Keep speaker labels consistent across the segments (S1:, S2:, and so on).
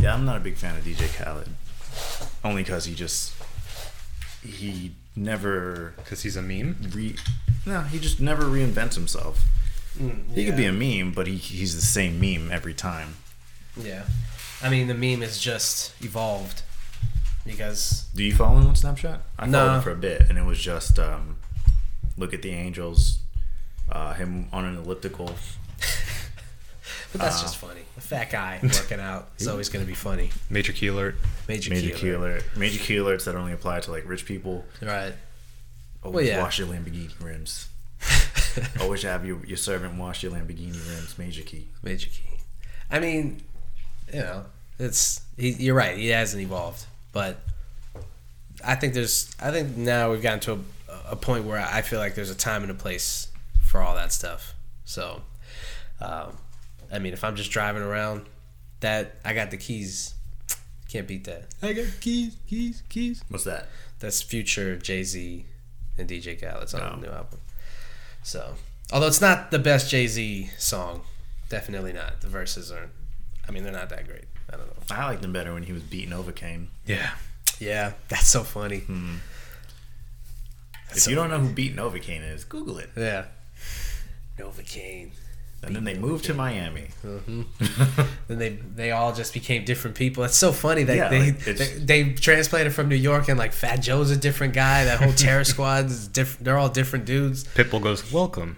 S1: Yeah, I'm not a big fan of DJ Khaled, only because he just he never
S2: Because he's a meme.
S1: re no he just never reinvents himself.
S3: Mm,
S1: He could be
S3: Yeah.
S1: a meme, but he he's the same meme every time.
S3: Yeah. I mean, the meme has just evolved because
S1: Do you follow him on Snapchat? I followed
S3: No.
S1: him for a bit, and it was just um, look at the angels, uh, him on an elliptical.
S3: but that's
S1: Uh.
S3: just funny. A fat guy working out is always going to be funny.
S2: Major key alert.
S3: Major,
S1: Major
S3: Major
S1: key alert. Major key alerts that only apply to like rich people.
S3: Right.
S1: Always
S3: Well, yeah.
S1: wash your Lamborghini rims. Always have your, your servant wash your Lamborghini rims. Major key.
S3: Major key. I mean, you know, it's he, you're right. He hasn't evolved, but I think there's. I think now we've gotten to a, a point where I feel like there's a time and a place for all that stuff. So, um, I mean, if I'm just driving around, that I got the keys. Can't beat that. I got keys, keys, keys.
S1: What's that?
S3: That's future Jay Z and DJ Khaled's on the new album. So, although it's not the best Jay Z song, definitely not. The verses aren't. I mean, they're not that great. I don't know.
S1: I liked him better when he was beating Overcame.
S2: Yeah.
S3: Yeah, that's so funny.
S1: if you don't know who beating Overcame is, Google it.
S3: Yeah. Novocaine.
S1: And then they moved to Miami.
S3: Then they they all just became different people. It's so funny that
S1: Yeah,
S3: they,
S1: like,
S3: they
S1: it's-
S3: they transplanted from New York and like Fat Joe's a different guy. That whole terror squad is different. They're all different dudes.
S2: Pitbull goes, welcome.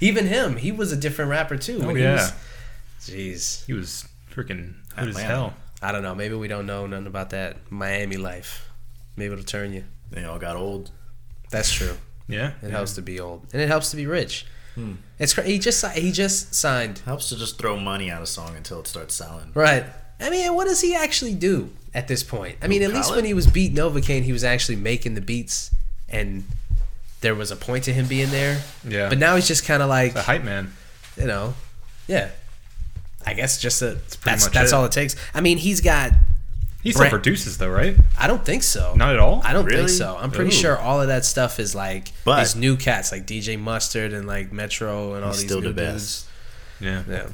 S3: Even him, he was a different rapper too. when he
S2: yeah.
S3: was- Jeez.
S2: He was freaking good as
S1: Atlanta.
S2: hell.
S3: I don't know. Maybe we don't know nothing about that Miami life. Maybe it'll turn you.
S1: They all got old.
S3: That's true.
S2: Yeah. Hmm.
S3: It helps to be old, and it helps to be rich. It's cra- he just si- he just signed
S1: Helps to just throw money at a song until it starts selling.
S3: right. I mean, what does he actually do at this point? I mean, at least
S1: Khaled?
S3: when he was beat Novocaine, he was actually making the beats, and there was a point to him being there.
S2: Yeah.
S3: But now he's just kind of like
S2: The hype man.
S3: you know, yeah. I guess just a,
S2: pretty
S3: that's
S2: much
S3: that's
S2: it.
S3: all it takes. I mean, he's got.
S2: He still
S3: Brand-
S2: produces though, right?
S3: I don't think so.
S2: Not at all.
S3: I don't think
S1: Really?
S3: so. I'm pretty
S2: Ooh.
S3: sure all of that stuff is like
S1: But-
S3: these new cats, like DJ Mustard and like Metro and all
S1: He's
S3: these
S1: still
S3: new
S1: the
S3: dudes.
S1: best.
S2: Yeah.
S3: Yeah,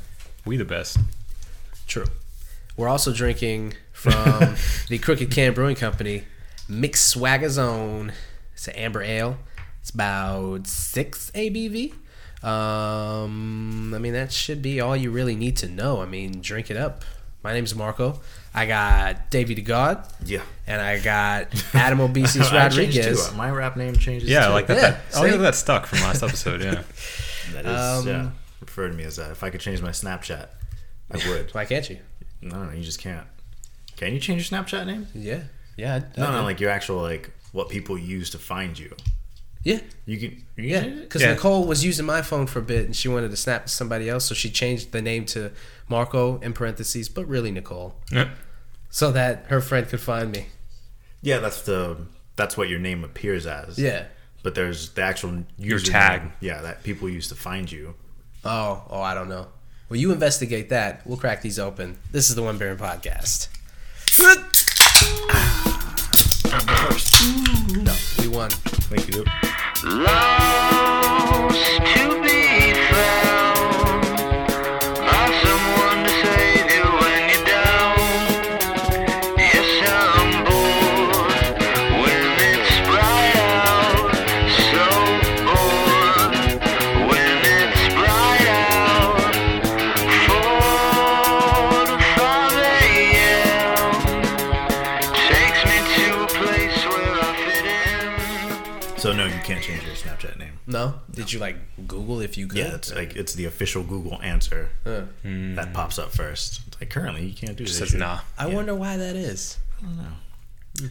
S2: We the best.
S3: true. We're also drinking from the Crooked Can Brewing Company, Mixed Swagger Zone. It's an amber ale. It's about six ABV. Um, I mean that should be all you really need to know. I mean, drink it up. My name's Marco. I got Davey the God,
S1: Yeah.
S3: and I got Adam Obesius
S1: I changed too.
S3: Rodriguez.
S1: My rap name changes.
S2: Yeah,
S1: too.
S2: like that.
S3: Yeah,
S2: that I like
S3: see?
S2: that that stuck from last episode. Yeah.
S1: That
S3: Um,
S1: is, yeah. Refer to me as that. If I could change my Snapchat, I would.
S3: Why can't you?
S1: no, no, you just can't. Can you change your Snapchat name?
S3: Yeah. Yeah. I,
S1: No, no, like your actual like what people use to find you.
S3: yeah.
S1: You can, you can
S3: Yeah.
S1: change it?
S3: Because
S2: Yeah.
S3: Nicole was using my phone for a bit and she wanted to snap to somebody else. So she changed the name to Marco in parentheses, but really Nicole.
S2: Yeah.
S3: So that her friend could find me.
S1: Yeah, that's the that's what your name appears as.
S3: Yeah.
S1: But there's the actual
S2: Your
S1: username,
S2: tag.
S1: Yeah, that people use to find you.
S3: Oh, oh, I don't know. Well, you investigate that. We'll crack these open. This is the One Baron podcast. No, we won.
S1: Thank you.
S4: Lost to be found by someone to save you when you're down. Yes, I'm bored when it's bright out. So bored when it's bright out. Four to five a.m. takes me to a place where I fit in.
S1: So no, you can't change your Snapchat name.
S3: No? Did you like Google if you could?
S1: Yeah, it's like it's the official Google answer
S3: Huh.
S1: that pops up first. It's like currently you can't do this.
S2: Hmm. Says nah.
S3: I wonder why that is.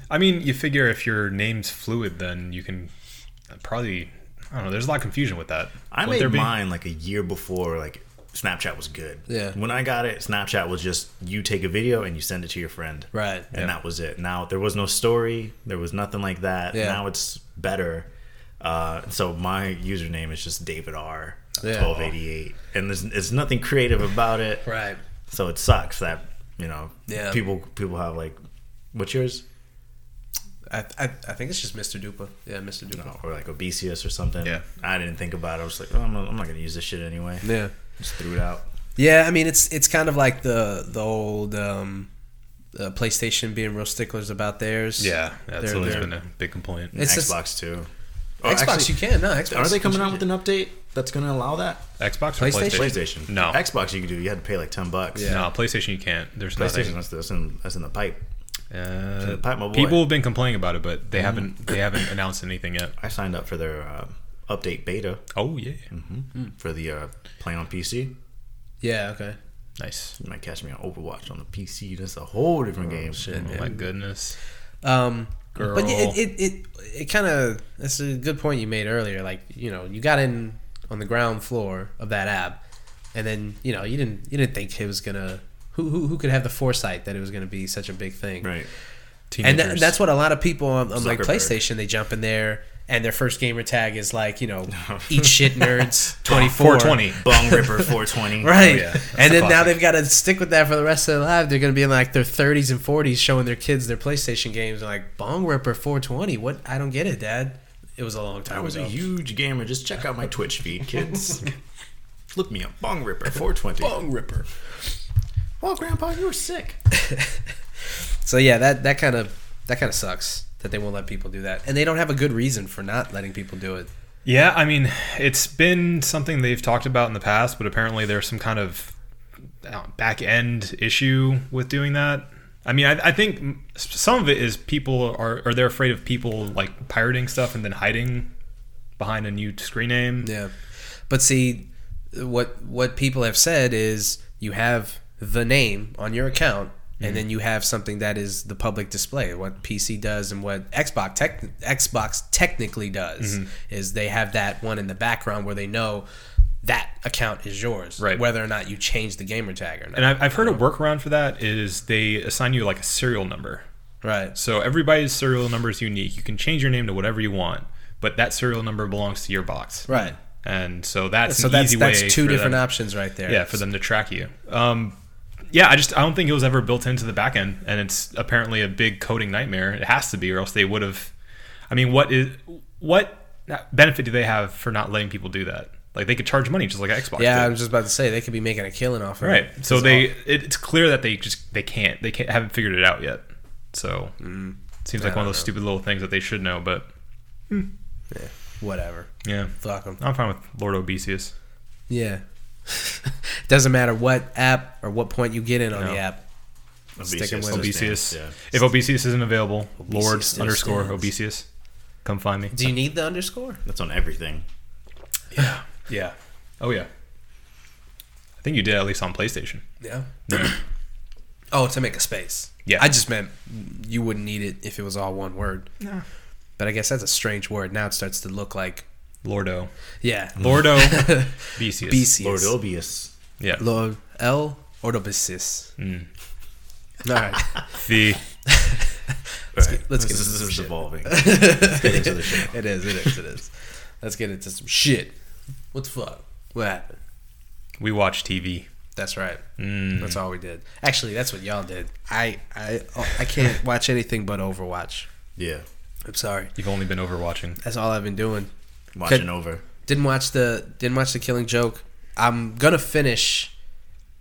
S2: I mean, you figure if your name's fluid, then you can uh, probably. I don't know. There's a lot of confusion with that.
S1: I
S2: Would
S1: made
S2: there be-
S1: mine like a year before like Snapchat was good.
S3: Yeah.
S1: When I got it, Snapchat was just you take a video and you send it to your friend.
S3: Right.
S1: And that was it. Now there was no story, there was nothing like that.
S3: Yeah.
S1: Now it's better. Uh, so my username is just David R.
S3: Yeah.
S1: 1288 and there's, there's nothing creative about it
S3: Right.
S1: so it sucks that you know
S3: Yeah.
S1: people people have like what's yours
S3: I, I, I think it's just Mr. Dupa. Yeah, Mr. Dupa.
S1: No, or like Obesius or something
S2: Yeah.
S1: I didn't think about it I was like oh, I'm, not- I'm not gonna use this shit anyway
S3: Yeah.
S1: just threw it out
S3: Yeah, I mean it's it's kind of like the the old um, uh, PlayStation being real sticklers about theirs.
S5: Yeah, that's
S3: They're-
S5: always
S3: they're-
S5: been a big complaint.
S3: It's just-
S1: Xbox too. Oh,
S3: Xbox
S1: actually,
S3: you can no Xbox.
S1: Are they
S3: you
S1: coming
S3: can-
S1: out with an update that's going to allow that?
S5: Xbox or
S3: PlayStation?
S5: PlayStation?
S1: PlayStation.
S5: No.
S1: Xbox you could do. You had to pay like ten bucks.
S5: No, PlayStation you can't. There's
S1: PlayStation
S5: nothing.
S1: that's, that's in that's in the pipe.
S5: Uh,
S1: Pipe my boy.
S5: people have been complaining about it, but they haven't they haven't announced anything yet.
S1: I signed up for their uh, update beta
S5: Oh yeah,
S1: for the uh, play on PC.
S3: Yeah. Okay.
S5: nice.
S1: You might catch me on Overwatch on the PC. That's a whole different game. Shit,
S5: Oh my goodness.
S3: Um, But yeah,
S5: Girl.
S3: it it it, it kind of that's a good point you made earlier. Like you know you got in on the ground floor of that app, and then you know you didn't you didn't think it was gonna who who, who could have the foresight that it was gonna be such a big thing.
S1: Right.
S5: Teenagers.
S3: And tha- that's what a lot of people on, on like
S1: Zuckerberg.
S3: PlayStation they jump in there. And their first gamer tag is like, you know, eat shit nerds 24.
S5: 420.
S1: Bong Ripper Oh, 420.
S3: Right.
S5: yeah. That's
S3: And
S5: a
S3: then now
S5: classic.
S3: they've got to stick with that for the rest of their life. They're going to be in like their 30s and 40s showing their kids their PlayStation games. and like, Bong Ripper 420. What? I don't get it, Dad. It was a long time
S1: I was a
S3: ago.
S1: huge gamer. Just check out my Twitch feed, kids. Look me up. Bong Ripper 420. Bong Ripper. Well, Grandpa, you were sick.
S3: so yeah, that that kind of that kind of sucks that they won't let people do that, and they don't have a good reason for not letting people do it.
S5: Yeah, I mean, it's been something they've talked about in the past, but apparently there's some kind of back end issue with doing that. I mean, I, I think some of it is people are, or they're afraid of people like pirating stuff and then hiding behind a new screen name.
S3: Yeah, but see, what what people have said is you have the name on your account,
S5: Mm-hmm.
S3: and then you have something that is the public display. What PC does and what Xbox tech, Xbox technically
S5: Mm-hmm.
S3: does is they have that one in the background where they know that account is yours,
S5: Right.
S3: Whether or not you change the gamer tag or not,
S5: And I've, I've heard a workaround for that is they assign you like a serial number.
S3: right?
S5: So everybody's serial number is unique. You can change your name to whatever you want, but that serial number belongs to your box.
S3: Right.
S5: And so that's
S3: So
S5: an
S3: that's
S5: easy
S3: that's
S5: way
S3: two
S5: for
S3: different
S5: them-
S3: options right there.
S5: Yeah, for them to track you. Um, yeah, I just I don't think it was ever built into the back end, and it's apparently a big coding nightmare. It has to be, or else they would have. I mean, what is what benefit do they have for not letting people do that? Like they could charge money just like Xbox.
S3: Yeah, I
S5: did.
S3: was just about to say they could be making a killing off of it.
S5: right. So
S3: 'Cause
S5: they it, it's clear that they just they can't they can't haven't figured it out yet. So it seems like one of those stupid little things that they should know, but
S3: whatever,
S5: yeah,
S3: fuck them.
S5: I'm fine with Lord Obesius.
S3: Yeah. Doesn't matter what app or what point you get in on
S5: No.
S3: the app. Sticking with
S1: Obesius.
S5: Obesius.
S1: Yeah.
S5: If Obesius isn't available, Lord
S3: still
S5: underscore
S3: stands.
S5: Obesius, come find me.
S3: Do you need the underscore?
S1: That's on everything.
S5: Yeah. Oh yeah. I think you did at least on PlayStation.
S3: Yeah. oh, to make a space.
S5: Yeah.
S3: I just meant you wouldn't need it if it was all one word.
S5: No.
S3: But I guess that's a strange word. Now it starts to look like
S5: Lordo.
S3: yeah.
S5: Lordo Obesius.
S3: BCS.
S1: Lord Obesius.
S5: Yeah.
S3: Lord L Ordobisis. All right.
S5: the
S1: Right.
S3: let's get
S1: this,
S3: into
S1: is-
S3: some
S1: this is
S3: shit.
S1: evolving. let's get into the show.
S3: it is. It is. It is. Let's get into some shit. What the fuck? What happened?
S5: we watch TV.
S3: That's right.
S5: Mm.
S3: That's all we did. Actually, that's what y'all did. I I I can't watch anything but Overwatch.
S1: Yeah.
S3: I'm sorry.
S5: You've only been overwatching.
S3: That's all I've been doing.
S1: Watching
S3: Could-
S1: over.
S3: Didn't watch the didn't watch the Killing Joke. I'm gonna finish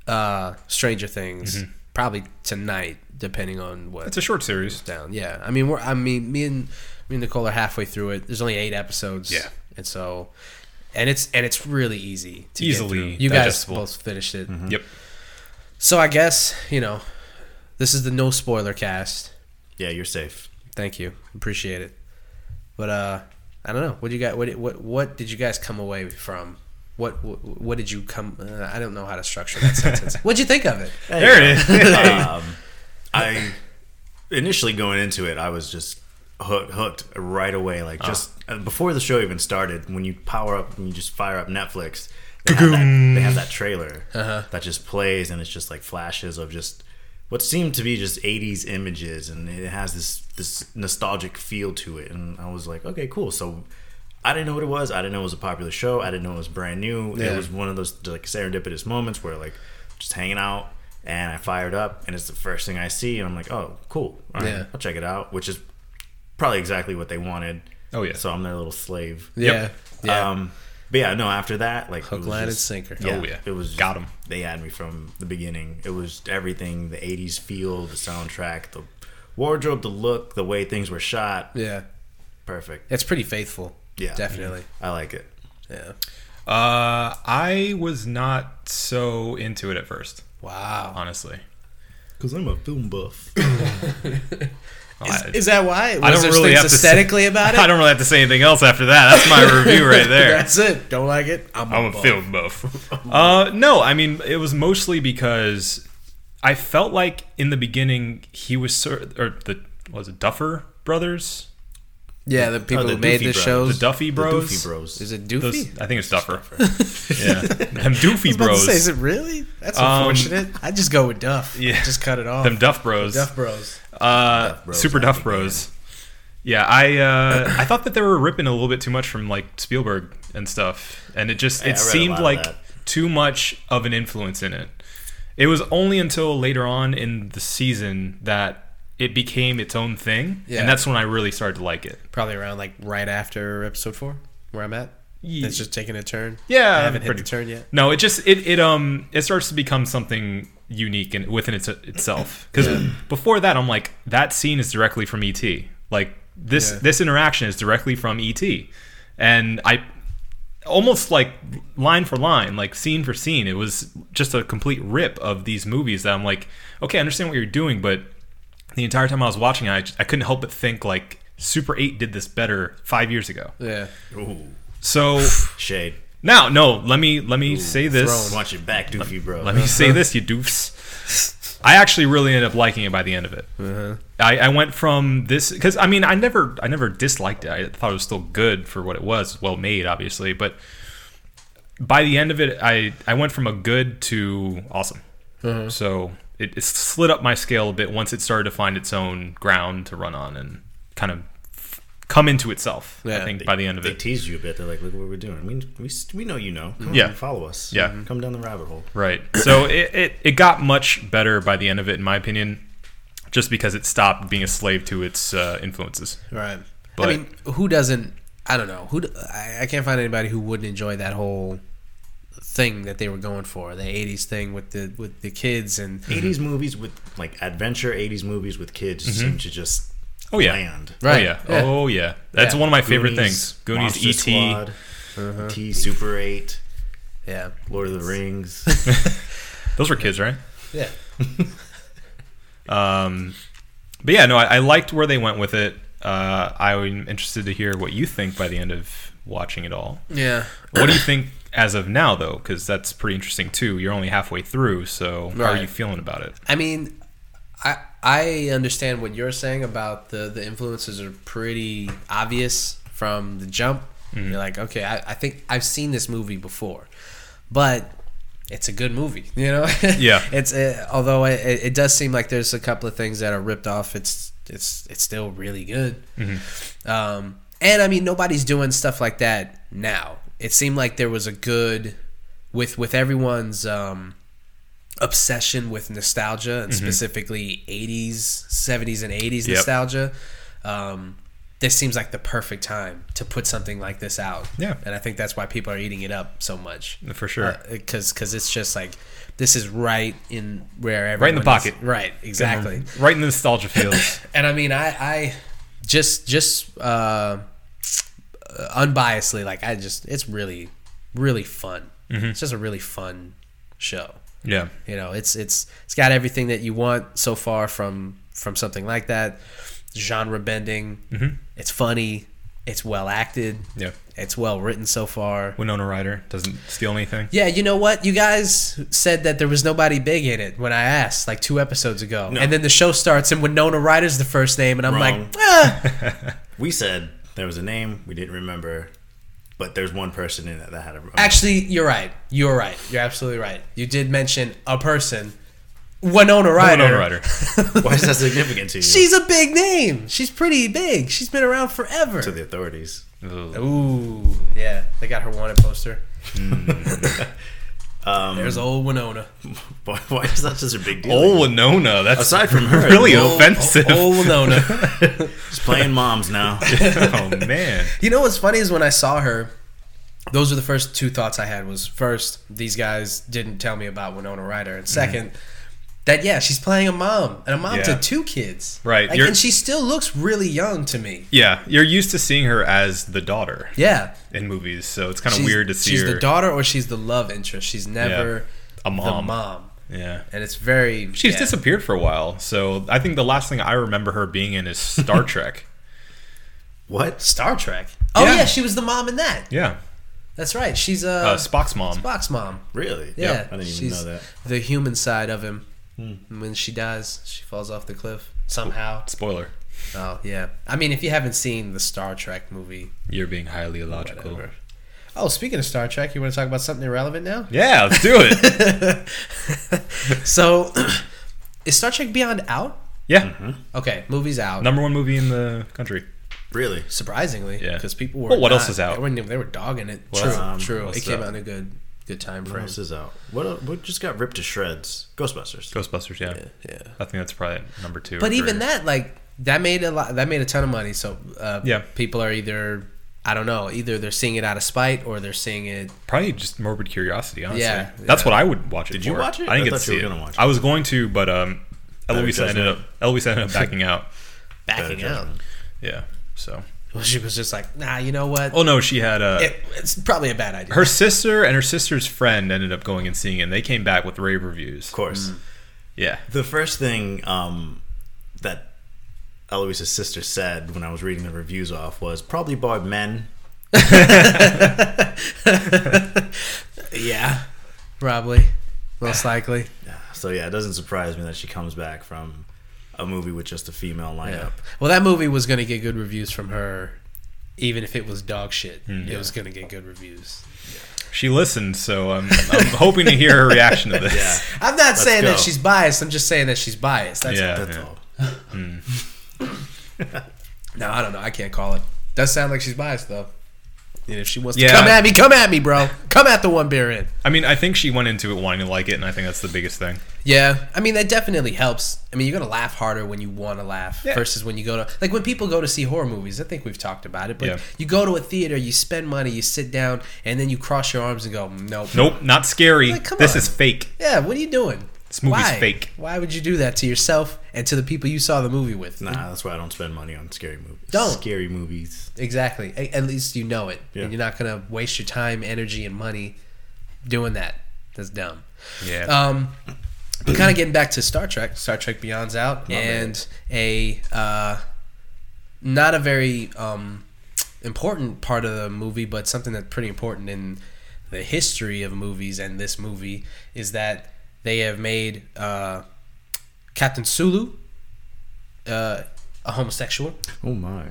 S3: uh Stranger Things probably tonight, depending on what
S5: It's Mm-hmm. a short series.
S3: down. Yeah, I mean, we're I mean, me and me and Nicole are halfway through it. There's only eight episodes.
S5: Yeah.
S3: and so, and it's and it's really easy. To
S5: Easily
S3: get through. you guys
S5: digestible. Mm-hmm.
S3: both finished it.
S5: Yep.
S3: So I guess you know, this is the no spoiler cast.
S1: Yeah, you're safe.
S3: Thank you, appreciate it. But uh, I don't know. What do you got? What what what did you guys come away from? What what, what did you come? Uh, I don't know how to structure that sentence. What'd you think of it?
S5: There it is.
S1: um, I initially going into it, I was just hooked, hooked right away. Like just uh, before the show even started, when you power up and you just fire up Netflix, they, have that, they have that trailer that just plays, and it's just like flashes of just what seemed to be just 80s images, and it has this this nostalgic feel to it. And I was like, okay, cool. So. I didn't know what it was. I didn't know it was a popular show. I didn't know it was brand new.
S3: Yeah.
S1: It was one of those like serendipitous moments where like just hanging out and I fired up and it's the first thing I see and I'm like, oh, cool. All right,
S3: Yeah.
S1: I'll check it out, which is probably exactly what they wanted.
S5: Oh, yeah.
S1: So I'm their little slave.
S3: Yeah,
S5: Yep.
S3: yeah.
S1: Um, But yeah, no. After that, like it
S3: Hook,
S1: was
S3: line, and
S1: just-
S3: sinker.
S2: Oh, yeah.
S1: it was
S2: Got 'em.
S1: They had me from the beginning. It was everything: the '80s feel, the soundtrack, the wardrobe, the look, the way things were shot.
S3: Yeah.
S1: Perfect.
S3: It's pretty faithful.
S1: Yeah,
S3: Definitely.
S1: I like it.
S3: Yeah.
S2: Uh, I was not so into it at first,
S3: Wow.
S2: honestly.
S1: Cause I'm a film buff.
S2: I-
S3: Is, is that why? Was
S2: I don't
S3: there
S2: really
S3: things
S2: have to say-
S3: aesthetically about it.
S2: I don't really have to say anything else after that. That's my review right there.
S3: That's it. Don't like it. I'm,
S2: I'm a
S3: bum.
S2: film buff. uh, no, I mean it was mostly because I felt like in the beginning he was sort or the was it Duffer Brothers,
S3: Yeah, the people
S1: Oh, the
S3: who made
S1: Doofy
S3: the
S1: Bros.
S2: the
S3: shows.
S2: Duffy Bros.
S1: Doofy Bros.
S3: is it Doofy?
S2: Those- I think it's Duffer. yeah, them Doofy
S3: I was about to say, is
S2: Bros.
S3: it really? That's
S2: Um,
S3: unfortunate. I just go with Duff.
S2: Yeah.
S3: Just cut it off.
S2: Them Duff Bros.
S3: Duff Bros.
S2: Uh,
S1: Duff Bros,
S2: Super
S1: I
S2: Duff
S1: think they
S2: Bros. Yeah, I uh, I thought that they were ripping a little bit too much from like Spielberg and stuff, and it just
S1: Yeah, I
S2: it
S1: read a
S2: seemed
S1: lot of
S2: like
S1: that.
S2: too much of an influence in it. It was only until later on in the season that it became its own thing,
S3: Yeah.
S2: and that's when I really started to like it.
S3: Probably around like right after episode four, where I'm at.
S2: Ye-
S3: It's just taking a turn.
S2: Yeah,
S3: I haven't hit
S2: pretty-
S3: the turn yet.
S2: No, it just it it um it starts to become something unique and within its, itself. Because before that, I'm like that scene is directly from E ET. Like this
S3: Yeah.
S2: this interaction is directly from ET, and I almost like line for line, like scene for scene, it was just a complete rip of these movies that I'm like, okay, I understand what you're doing, but the entire time I was watching, it, I just, I couldn't help but think like Super Eight did this better five years ago.
S3: Yeah.
S1: Ooh,
S2: So
S1: shade.
S2: now, no, let me let me say this.
S1: Watch it back, Doofy Bros.
S2: Let me say this, you doofs. I actually really ended up liking it by the end of it. I, I went from this because I mean I never I never disliked it. I thought it was still good for what it was, well made, obviously. But by the end of it, I I went from a good to awesome. So it, it slid up my scale a bit once it started to find its own ground to run on and kind of f- come into itself. I
S3: Yeah.
S2: think by the end of
S1: They
S2: it,
S1: teased you a bit. They're like, "Look what we're doing. We we, we know you know. Come on,
S2: Yeah.
S1: follow us. Mm-hmm.
S2: Yeah. Mm-hmm.
S1: come down the rabbit hole."
S2: Right. So it, it, it got much better by the end of it, in my opinion, just because it stopped being a slave to its uh, influences.
S3: Right.
S2: But-
S3: I mean, who doesn't? I don't know. Who d- I, I can't find anybody who wouldn't enjoy that whole thing that they were going for the 80s thing with the with the kids and
S2: Oh,
S1: 80s movies with like adventure 80s movies with kids seem to just
S2: Mm-hmm. Oh, yeah.
S1: land.
S3: Right,
S2: Oh, yeah.
S3: yeah.
S2: Oh, yeah. That's
S3: Yeah.
S2: one of my favorite
S1: Goonies,
S2: things. Goonies, E Uh-huh.
S1: Monster
S2: E.T.
S1: Squad, E.T., Super 8,
S3: yeah
S1: Lord of the Rings.
S2: Those were kids, right?
S3: yeah
S2: Um, but yeah, no, I, I liked where they went with it. Uh, I'm interested to hear what you think by the end of watching it all.
S3: yeah
S2: What do you think as of now, though? Because that's pretty interesting, too. You're only halfway through, so how are
S3: Right.
S2: you feeling about it?
S3: I mean, I I understand what you're saying about the the influences are pretty obvious from the jump. You're like, okay, I, I think I've seen this movie before, but it's a good movie, you know.
S2: Yeah.
S3: it's uh, although it, it it does seem like there's a couple of things that are ripped off. It's it's it's still really good. Um, and I mean, nobody's doing stuff like that now. It seemed like there was a good with with everyone's um, obsession with nostalgia and specifically 80s, 70s, and 80s
S2: Mm-hmm. Yep.
S3: nostalgia. Um, this seems like the perfect time to put something like this out.
S2: Yeah.
S3: and I think that's why people are eating it up so much.
S2: For sure.
S3: Uh, because because it's just like this is right in where everyone
S2: Right in the
S3: is-
S2: pocket.
S3: right exactly
S2: Right in the nostalgia feels.
S3: and I mean, I, I just just uh, unbiasedly, like I just, it's really, really fun. It's just a really fun show.
S2: Yeah.
S3: You know, it's it's it's got everything that you want so far from from something like that. Genre bending. It's funny. It's well acted.
S2: Yeah.
S3: It's well written so far.
S2: Winona Ryder doesn't steal anything.
S3: Yeah, you know what? You guys said that there was nobody big in it when I asked, like two episodes ago. And then the show starts, and Winona Ryder's the first name, and I'm
S1: Wrong.
S3: like, ah.
S1: we said there was a name we didn't remember, but there's one person in it that had a.
S3: actually, you're right. You're right. You're absolutely right. You did mention a person, Winona Ryder.
S2: Winona Ryder.
S1: why is that significant to you?
S3: She's a big name. She's pretty big. She's been around forever.
S1: to the authorities.
S3: Ooh, yeah. They got her wanted poster.
S1: Mm. Um,
S3: There's old Winona.
S1: Why, why is that such a big deal?
S2: Oh, Winona. That's
S1: Aside from her,
S2: really
S1: old-
S2: offensive.
S3: Old Winona.
S1: she's playing moms now.
S2: oh man.
S3: You know what's funny is when I saw her, those are the first two thoughts I had was first, these guys didn't tell me about Winona Ryder.
S2: Mm-hmm.
S3: And 2nd that yeah, she's playing a mom and a mom to
S2: Yeah.
S3: two kids.
S2: Right,
S3: Like,
S2: you're-
S3: and she still looks really young to me.
S2: Yeah, you're used to seeing her as the daughter
S3: Yeah.
S2: in movies, so it's kind of
S3: She's-
S2: weird to see
S3: She's
S2: her
S3: the daughter or she's the love interest. She's never
S2: a
S3: the
S2: mom.
S3: mom.
S2: Yeah.
S3: And it's very
S2: She's
S3: yeah.
S2: disappeared for a while, so I think the last thing I remember her being in is Star Trek.
S1: What?
S3: Star Trek. Oh yeah.
S2: Yeah.
S3: she was the mom in that.
S2: Yeah,
S3: That's right. She's a
S2: uh, Spock's mom.
S3: Spock's mom.
S1: Really?
S3: Yeah,
S1: I didn't even
S3: she's
S1: know that.
S3: The human side of him. And When she dies, she falls off the cliff somehow.
S2: Spoiler.
S3: Oh yeah. I mean, if you haven't seen the Star Trek movie,
S2: You're being highly illogical.
S3: whatever. Oh, speaking of Star Trek, you want to talk about something irrelevant now?
S2: Yeah, let's do it.
S3: So, is Star Trek Beyond out?
S2: yeah,
S3: Okay, movie's out.
S2: number one movie in the country.
S1: Really?
S3: surprisingly,
S2: Yeah.
S3: because people were.
S2: Well, what else
S3: not-
S2: is out?
S3: They were, they were dogging it.
S2: What
S3: true,
S2: else-
S1: um,
S3: true. It
S2: what's
S3: came
S2: out?
S3: out in a good, good time
S1: What
S3: frame.
S1: else is out? What, uh, what just got ripped to shreds? Ghostbusters.
S2: Ghostbusters. Yeah,
S3: Yeah.
S2: I think that's probably number two. or
S3: But even
S2: three.
S3: that, like that made a lot. That made a ton of money. So uh,
S2: Yeah.
S3: people are either I don't know, either they're seeing it out of spite or they're seeing it.
S2: probably just morbid curiosity. Honestly,
S3: Yeah,
S2: that's
S3: yeah.
S2: what I would watch it.
S1: Did you
S2: for.
S1: watch it?
S2: I
S1: I
S2: didn't get
S1: thought
S2: to
S1: you
S2: see
S1: were
S2: it.
S1: gonna watch it.
S2: I was going to, but um, Eloise
S1: judgment.
S2: ended up. Eloise ended up backing out.
S3: Backing
S1: Better
S3: out.
S1: judgment.
S2: Yeah. So.
S3: Well, she was just like, nah, you know what?
S2: Oh no, she had uh,
S3: It, it's probably a bad idea.
S2: her sister and her sister's friend ended up going and seeing it. and They came back with rave reviews.
S1: Of course.
S2: Yeah.
S1: The first thing um, that Eloise's sister said when I was reading the reviews off was probably by men.
S3: yeah, Ah. probably, most likely.
S1: So yeah, it doesn't surprise me that she comes back from a movie with just a female lineup.
S3: Well, that movie was gonna get good reviews from her, even if it was dog shit. it was gonna get good reviews.
S2: She listened, so I'm, I'm hoping to hear her reaction to this.
S3: I'm not saying that
S1: go.
S3: she's biased. I'm just saying that she's biased. That's
S2: Yeah.
S1: That's
S2: yeah.
S1: all.
S3: no, I don't know. I can't call it. Does sound like she's biased though. And if she wants
S2: Yeah.
S3: to come at me, come at me, bro. Come at the one beer in.
S2: I mean, I think she went into it wanting to like it, and I think that's the biggest thing.
S3: Yeah, I mean that definitely helps. I mean you're gonna laugh harder when you want to laugh
S2: Yeah.
S3: versus when you go to like when people go to see horror movies. I think we've talked about it, but
S2: Yeah.
S3: you go to a theater, you spend money, you sit down, and then you cross your arms and go, nope,
S2: Nope, not scary.
S3: Like, come
S2: this
S3: on.
S2: is fake.
S3: Yeah, what are you doing?
S2: This movie's
S3: Why?
S2: fake.
S3: Why would you do that to yourself and to the people you saw the movie with?
S1: Nah, that's why I don't spend money on scary movies.
S3: Don't.
S1: scary movies.
S3: Exactly. A- At least you know it,
S1: Yeah.
S3: and you're not gonna waste your time, energy, and money doing that. That's dumb.
S2: Yeah.
S3: Um, but kind of getting back to Star Trek, Star Trek Beyond's out, and a uh, not a very um, important part of the movie, but something that's pretty important in the history of movies and this movie is that they have made uh, Captain Sulu uh, a homosexual.
S1: Oh my.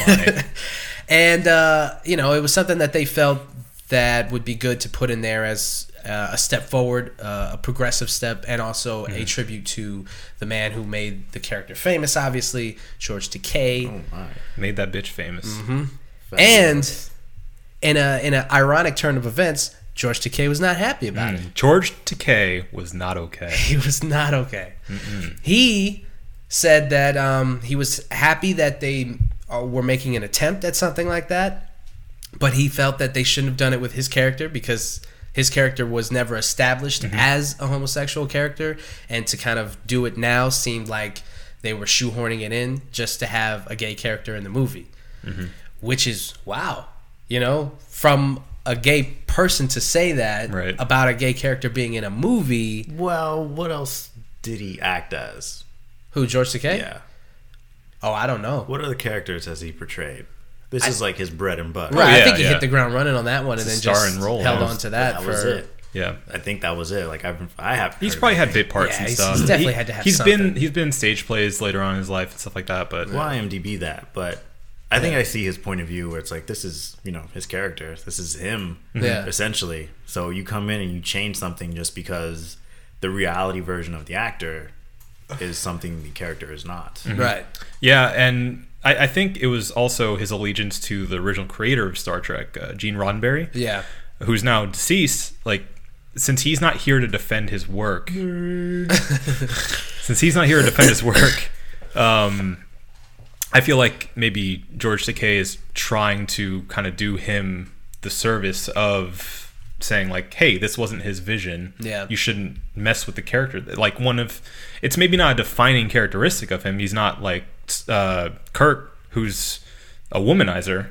S3: and uh, you know, it was something that they felt that would be good to put in there as uh, a step forward, uh, a progressive step, and also a tribute to the man who made the character famous. Obviously, George Takei.
S1: Oh my.
S2: Made that bitch famous.
S3: Mm-hmm. And in a in an ironic turn of events, George Takei was not happy about it.
S2: Mm. George Takei was not okay.
S3: He was not okay. He said that um, he was happy that they uh, were making an attempt at something like that, but he felt that they shouldn't have done it with his character because his character was never established as a homosexual character, and to kind of do it now seemed like they were shoehorning it in just to have a gay character in the movie, which is wow, you know, from a gay person to say that
S2: Right.
S3: about a gay character being in a movie.
S1: Well, what else did he act as?
S3: Who George Takei?
S1: Yeah.
S3: Oh, I don't know.
S1: What other characters has he portrayed? This is like his bread and butter.
S3: Right, I
S2: yeah,
S3: think he
S2: yeah.
S3: hit the ground running on that one, and
S2: It's
S3: then
S2: a
S3: just
S2: star and roll,
S3: held
S2: yeah.
S3: on to that,
S1: That
S3: for.
S1: was it.
S2: Yeah.
S1: I think that was it. Like I've, I have.
S2: He's
S1: heard
S2: probably
S1: of
S2: had
S1: it.
S2: bit parts
S3: Yeah,
S2: and
S3: he's-
S2: stuff.
S3: he's definitely
S2: he,
S3: had to have
S2: He's
S3: something.
S2: been he's been in stage plays later on in his life and stuff like that, but
S1: Well, IMDb that, but I think I see his point of view where it's like this is you know his character, this is him,
S2: Mm-hmm.
S3: Yeah.
S1: essentially. So you come in and you change something just because the reality version of the actor is something the character is not.
S3: Right.
S2: yeah, and I, I think it was also his allegiance to the original creator of Star Trek, uh, Gene Roddenberry.
S3: Yeah.
S2: who's now deceased, like since he's not here to defend his work, since he's not here to defend his work, um, I feel like maybe George Takei is trying to kind of do him the service of saying like, "Hey, this wasn't his vision.
S3: Yeah.
S2: you shouldn't mess with the character." Like one of, it's maybe not a defining characteristic of him. He's not like uh, Kirk, who's a womanizer.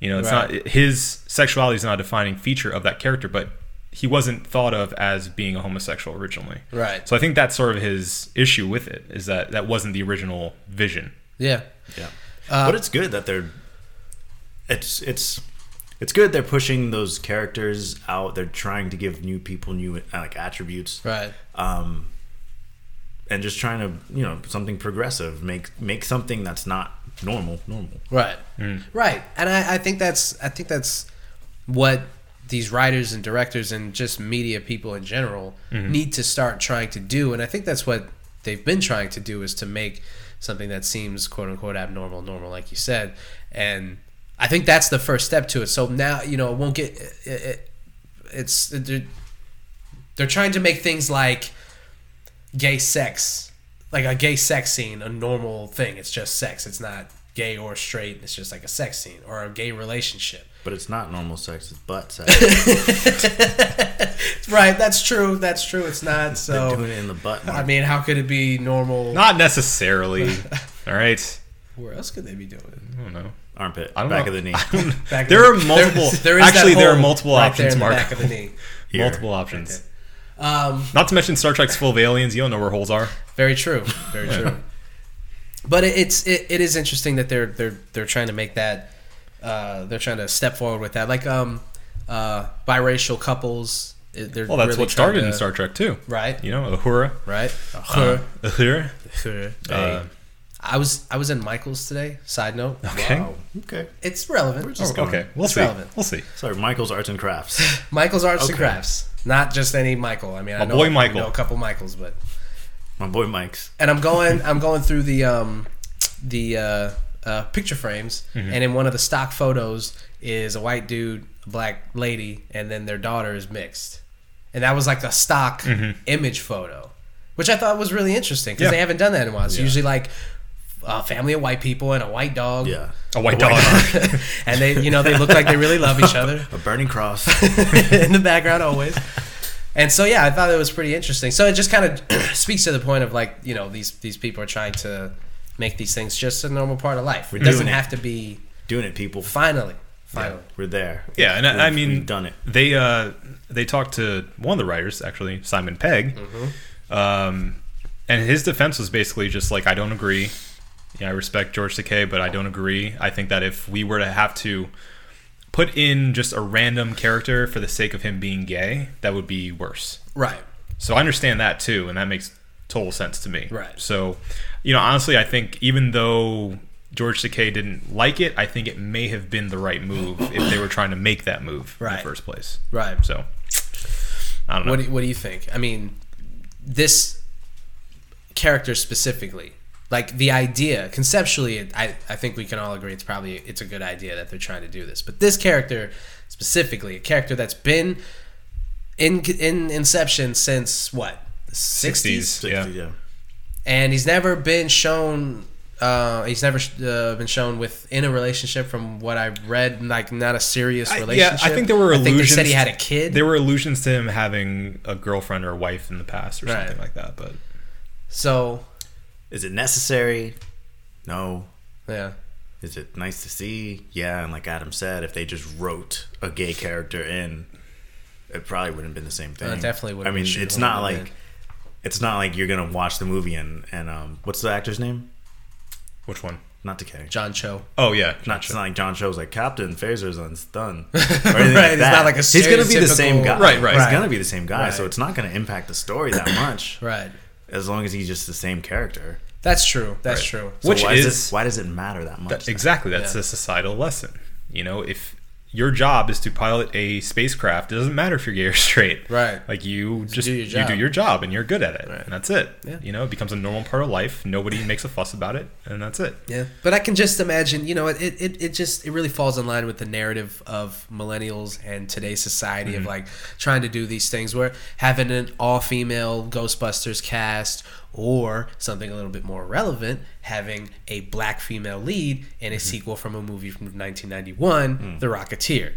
S2: You know, it's
S3: Right.
S2: not his sexuality is not a defining feature of that character, but he wasn't thought of as being a homosexual originally.
S3: Right.
S2: So I think that's sort of his issue with it is that that wasn't the original vision.
S3: Yeah.
S1: Yeah,
S2: Uh,
S1: but it's good that they're it's it's it's good they're pushing those characters out. They're trying to give new people new uh, like attributes,
S3: Right.
S1: um, and just trying to you know something progressive, make make something that's not normal normal.
S3: Right. Right. And I, I think that's I think that's what these writers and directors and just media people in general need to start trying to do. And I think that's what they've been trying to do is to make something that seems quote unquote abnormal normal, like you said. And I think that's the first step to it. So now you know it won't get it, it, it's they're, they're trying to make things like gay sex like a gay sex scene a normal thing it's just sex it's not gay or straight it's just like a sex scene or a gay relationship
S1: But it's not normal sex; it's butt sex.
S3: right that's true that's true it's not
S1: they're doing
S3: so
S1: it in the butt.
S3: i
S1: Mark.
S3: mean how could it be normal
S2: Not necessarily. All right.
S3: where else could they be doing it
S2: I don't know.
S1: Armpit,
S2: I don't
S1: back
S2: know.
S1: of the knee.
S2: I don't-
S3: Back
S2: there
S3: there-
S2: are multiple.
S3: there is that
S2: actually, there are
S3: hole
S2: multiple
S3: right there
S2: options,
S3: in the
S2: Mark.
S3: back of the knee.
S1: Here.
S2: Multiple options.
S3: um
S2: Not to mention Star Trek's full of aliens. You don't know where holes are.
S3: Very true. Very true. But it, it's it, it is interesting that they're they're they're trying to make that uh, they're trying to step forward with that, like um, uh, biracial couples. it- They're
S2: Well, that's
S3: really
S2: what started
S3: trying
S2: in
S3: to-
S2: Star Trek too.
S3: Right.
S2: You know, Uhura.
S3: Right.
S2: Uh, Uhura.
S3: Sure.
S2: Uh,
S3: I was I was in Michael's today. Side note.
S2: okay.
S1: Wow. Okay.
S3: It's relevant.
S1: just
S2: Oh, okay. We'll
S3: It's
S2: see.
S3: relevant.
S2: We'll see.
S1: Sorry, Michael's Arts and Crafts.
S3: Michael's Arts and
S1: Okay.
S3: Crafts. Not just any Michael. I mean, I
S2: My
S3: know,
S2: boy
S3: I
S2: Michael.
S3: know a couple Michaels, but
S1: My boy Mike's.
S3: and I'm going I'm going through the um, the uh, uh, picture frames,
S2: Mm-hmm.
S3: and in one of the stock photos is a white dude, a black lady, and then their daughter is mixed, and that was like a stock image photo, which I thought was really interesting because
S2: Mm-hmm. Yeah.
S3: they haven't done that in a while. It's usually like a family of white people and a white dog,
S1: Yeah.
S2: A white dog.
S3: and they you know they look like they really love each other
S1: A burning cross.
S3: in the background always. And so yeah, I thought it was pretty interesting. So it just kind of speaks to the point of like you know these these people are trying to make these things just a normal part of life. It doesn't
S1: doing it.
S3: have to be
S1: doing it, people.
S3: finally, finally.
S1: We're there.
S2: Yeah, and
S1: We've-
S2: I, I mean,
S1: we've done it.
S2: They uh, they talked to one of the writers, actually Simon Pegg,
S3: Mm-hmm.
S2: um, and his defense was basically just like, I don't agree. Yeah, I respect George Takei, but I don't agree. I think that if we were to have to put in just a random character for the sake of him being gay, that would be worse.
S3: Right.
S2: So I understand that too, and that makes total sense to me.
S3: Right.
S2: So, you know, honestly, I think even though George Takei didn't like it, I think it may have been the right move if they were trying to make that move in
S3: Right.
S2: the first place.
S3: Right.
S2: So, I don't know.
S3: What do, what do you think? I mean, this character specifically, like the idea conceptually, it- I I think we can all agree it's probably it's a good idea that they're trying to do this. But this character specifically, a character that's been in in Inception since what the
S2: 60s.
S1: Sixty,
S2: Yeah.
S1: yeah.
S3: and he's never been shown. Uh, he's never uh, been shown with in a relationship, from what I read, like not a serious
S2: I-
S3: relationship.
S2: yeah, I think there were
S3: I think
S2: illusions.
S3: they said he had a kid.
S2: There were allusions to him having a girlfriend or a wife in the past or
S3: Right.
S2: something like that. But
S3: so
S1: Is it necessary? No.
S3: yeah,
S1: Is it nice to see? Yeah, and like Adam said, if they just wrote a gay character in, it probably wouldn't have been the same thing.
S3: it definitely would've
S1: I mean,
S3: been
S1: it's not
S3: shoehorned
S1: like it's not like you're gonna watch the movie and and um, what's the actor's name?
S2: which one?
S1: Not Takei.
S3: John Cho.
S2: Oh yeah,
S1: Not it's not like John Cho's like Captain Phaser's undone. Or anything
S3: Right, it's
S1: that.
S3: not like a
S1: He's gonna be the same
S3: stereotypical-
S1: guy.
S2: Right, right.
S1: He's
S2: Right.
S1: gonna be the same guy,
S3: Right.
S1: so it's not gonna impact the story that much.
S3: Right.
S1: As long as he's just the same character.
S3: That's true. That's
S2: Right.
S3: true.
S1: So
S2: Which
S1: why
S2: is-
S1: this, why does it matter that much?
S2: That- exactly. That's
S3: Yeah.
S2: a societal lesson. You know, if your job is to pilot a spacecraft, it doesn't matter if you're gay or straight.
S3: Right.
S2: Like you just
S3: do your
S2: you do
S3: job.
S2: your job and you're good at it. And that's it.
S3: Yeah.
S2: You know, it becomes a normal part of life. Nobody makes a fuss about it, and that's it.
S3: Yeah. But I can just imagine, you know, it, it, it- it just it really falls in line with the narrative of millennials and today's society
S2: Mm-hmm.
S3: of like trying to do these things where having an all female Ghostbusters cast or something a little bit more relevant, having a
S2: Mm-hmm.
S3: black female lead in a sequel from a movie from 1991, The Rocketeer.
S2: Mm.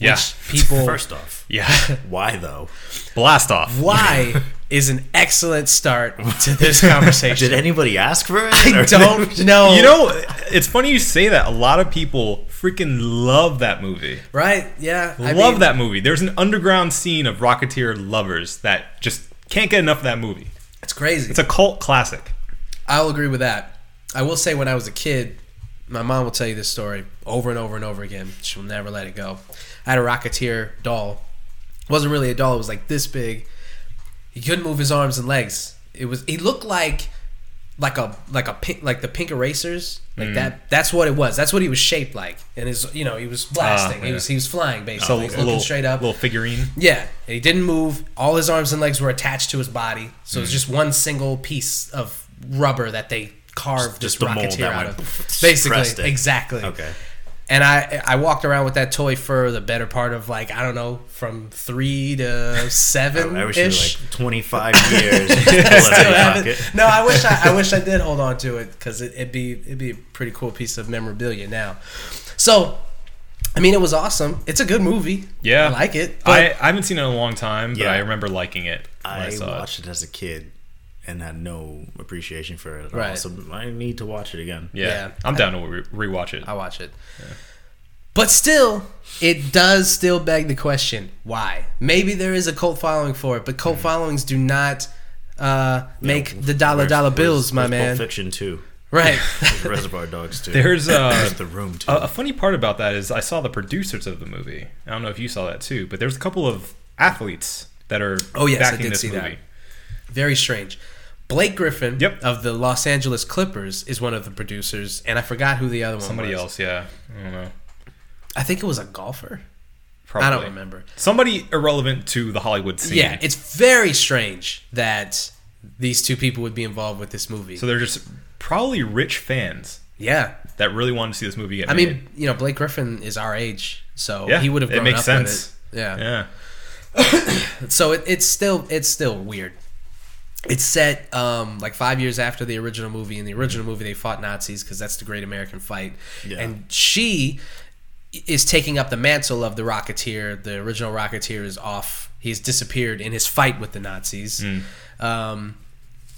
S2: Yeah.
S3: people
S1: First off,
S2: Yeah.
S1: why though?
S2: Blast off.
S3: why is an excellent start to this conversation.
S1: Did anybody ask for it?
S3: I
S1: Or-
S3: don't
S1: Oh.
S3: know.
S2: You know, it's funny you say that. A lot of people freaking love that movie.
S3: right? Yeah, I
S2: love
S3: mean,
S2: that movie. There's an underground scene of Rocketeer lovers that just can't get enough of that movie.
S3: It's crazy.
S2: It's a cult classic.
S3: I'll agree with that. I will say when I was a kid, my mom will tell you this story over and over and over again. She'll never let it go. I had a Rocketeer doll. It wasn't really a doll. It was like this big. He couldn't move his arms and legs. It was. He looked like like a like a pink like the pink erasers like
S2: Mm.
S3: that. That's what it was. That's what he was shaped like. And his you know he was blasting. He
S2: Ah, yeah.
S3: was he was flying
S2: So
S3: basically. he was
S2: a
S3: looking
S2: little
S3: straight up.
S2: little figurine.
S3: Yeah, and he didn't move. All his arms and legs were attached to his body, so
S1: Mm-hmm.
S3: it was just one single piece of rubber that they carved
S1: Just- just
S3: just,
S1: the mold
S3: rocketeer
S1: that
S3: out
S1: went
S3: of. Basically,
S1: pressed it.
S3: exactly.
S1: Okay.
S3: And I I walked around with that toy for the better part of like I don't know from three to seven.
S1: I wish you were
S3: ish.
S1: like 25 years. Just pull it out of your pocket.
S3: no, I wish I, I wish I did hold on to it because it, it'd be it'd be a pretty cool piece of memorabilia now. So, I mean, it was awesome. It's a good movie.
S2: Yeah.
S3: I like it. but-
S2: I, I haven't seen it in a long time, but
S1: Yeah.
S2: I remember liking it. When I,
S1: I
S2: saw it.
S1: watched it as a kid and had no appreciation for it at all.
S3: Right.
S1: So I need to watch it again.
S2: Yeah.
S3: Yeah.
S2: I'm down to re- rewatch it.
S3: I watch it. But still, it does still beg the question: Why? Maybe there is a cult following for it, but cult
S2: Mm-hmm.
S3: followings do not uh, make the dollar
S1: Where's-
S3: dollar
S1: where's-
S3: bills, my
S1: where's Pulp
S3: man.
S1: Fiction too.
S3: Right?
S1: Reservoir Dogs too.
S2: There's, uh,
S1: There's the room too.
S2: A, a funny part about that is I saw the producers of the movie. I don't know if you saw that too, but there's a couple of athletes that are
S3: Oh, yes, I
S2: backing
S3: did
S2: this
S3: see that.
S2: movie.
S3: Very strange. Blake Griffin
S2: Yep.
S3: of the Los Angeles Clippers is one of the producers, and I forgot who the other one
S2: Somebody
S3: was.
S2: else, yeah. I don't know.
S3: I think it was a golfer.
S2: Probably.
S3: I don't remember.
S2: Somebody irrelevant to the Hollywood scene.
S3: Yeah, it's very strange that these two people would be involved with this movie.
S2: so they're just probably rich fans
S3: yeah,
S2: that really wanted to see this movie get
S3: I
S2: made.
S3: mean, you know, Blake Griffin is our age, so
S2: Yeah,
S3: he would have
S2: it
S3: grown
S2: makes
S3: up
S2: sense.
S3: with it. Yeah.
S2: yeah.
S3: So it, it's still it's still weird. It's set um, like five years after the original movie. In the
S2: Mm-hmm.
S3: original movie, they fought Nazis because that's the Great American Fight,
S1: Yeah.
S3: and she is taking up the mantle of the Rocketeer. The original Rocketeer is off. He's disappeared in his fight with the Nazis.
S2: Mm.
S3: Um,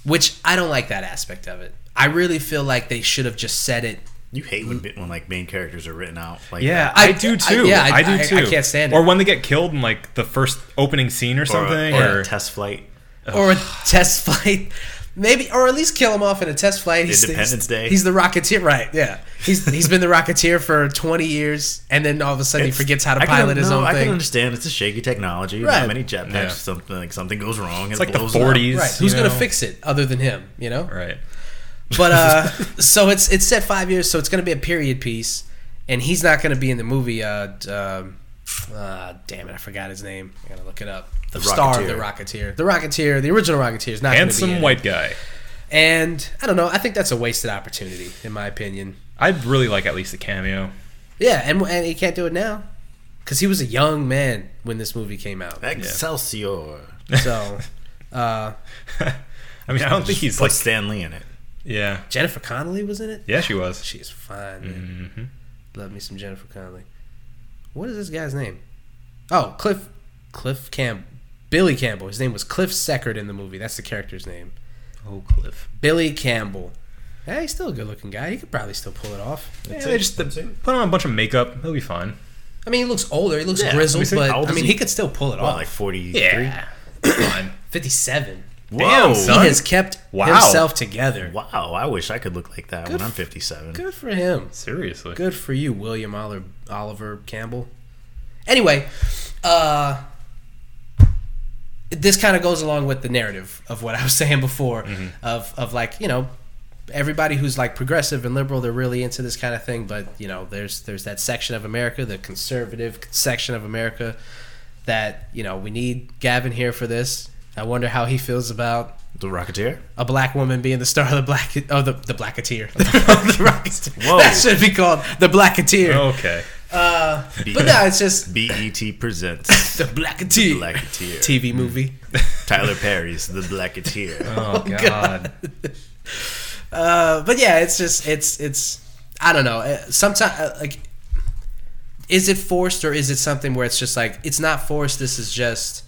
S3: which I don't like that aspect of it. I really feel like they should have just said it
S1: you hate when, when like main characters are written out. Like
S2: Yeah,
S1: that.
S2: I,
S3: I-
S2: do
S3: I-
S2: too. I,
S3: yeah, I- I-
S2: do
S3: I
S2: too.
S3: can't stand it.
S2: Or when they get killed in like the first opening scene or
S1: Or,
S2: something.
S1: or
S2: Or,
S1: a test flight.
S3: or a test flight. Maybe, or at least kill him off in a test flight. He's,
S1: Independence
S3: he's,
S1: Day.
S3: He's the Rocketeer, right? Yeah, he's he's been the Rocketeer for twenty years, and then all of a sudden
S1: It's-
S3: he forgets how to
S1: I can-
S3: pilot his
S1: no,
S3: own
S1: I can
S3: thing.
S1: understand it's a shaky technology. Not
S3: Right.
S1: many jetpacks.
S2: Yeah.
S1: Something like something goes wrong.
S2: it's like the 40s.
S1: 40s.
S3: Right? Who's
S2: you
S3: gonna
S2: know?
S3: fix it other than him? You know.
S2: Right.
S3: But uh, so it's it's set five years, so it's gonna be a period piece, and he's not gonna be in the movie. Uh, d- um, uh damn it, I forgot his name. I gotta look it up. The, star of the Rocketeer, the Rocketeer, the original Rocketeer is not gonna
S2: Handsome
S3: be in it.
S2: white guy.
S3: And I don't know. I think that's a wasted opportunity, in my opinion.
S2: I'd really like at least a cameo.
S3: Yeah, and, and he can't do it now because he was a young man when this movie came out.
S1: Excelsior.
S3: So uh,
S2: I mean, I don't think he's
S1: Put
S2: like.
S1: Stan Lee in it.
S2: Yeah.
S3: Jennifer Connelly was in it.
S2: Yeah, she was.
S3: She's fine. Man. Love me some Jennifer Connelly. What is this guy's name? Oh, Cliff Cliff Campbell. Billy Campbell. His name was Cliff Seckard in the movie. That's the character's name.
S2: Oh, Cliff.
S3: Billy Campbell. Yeah, he's still a good-looking guy. He could probably still pull it off.
S2: Yeah, they just put on a bunch of makeup. He'll be fine.
S3: I mean, he looks older. He looks
S1: Yeah,
S3: grizzled,
S1: obviously,
S3: but
S1: how old
S3: I
S1: is
S3: mean,
S1: he?
S3: he? could still pull it
S1: What,
S3: off.
S1: like 43?
S2: Yeah. fine.
S3: Fifty-seven.
S1: Whoa.
S2: son.
S3: He has kept
S2: Wow.
S3: himself together.
S1: Wow, I wish I could look like that when I'm 57.
S3: Good for him.
S2: Seriously.
S3: Good for you, William Oliver, Oliver Campbell. Anyway, uh, this kind of goes along with the narrative of what I was saying before, of of like you know everybody who's like progressive and liberal they're really into this kind of thing but you know there's there's that section of america the conservative section of america that you know we need gavin here for this i wonder how he feels about
S1: The Rocketeer?
S3: a black woman being the star of the black oh the the blacketeer the, the Rocketeer.
S1: Whoa. Oh.
S3: that should be called the blacketeer
S2: Okay.
S3: uh, but no it's just
S1: BET E presents
S3: the blacketeer
S1: Blacketeer.
S3: TV movie
S1: Tyler Perry's The Blacketeer.
S2: Oh, God.
S3: uh, but yeah it's just it's it's I don't know sometimes like uh, is it forced or is it something where it's just like it's not forced? This is just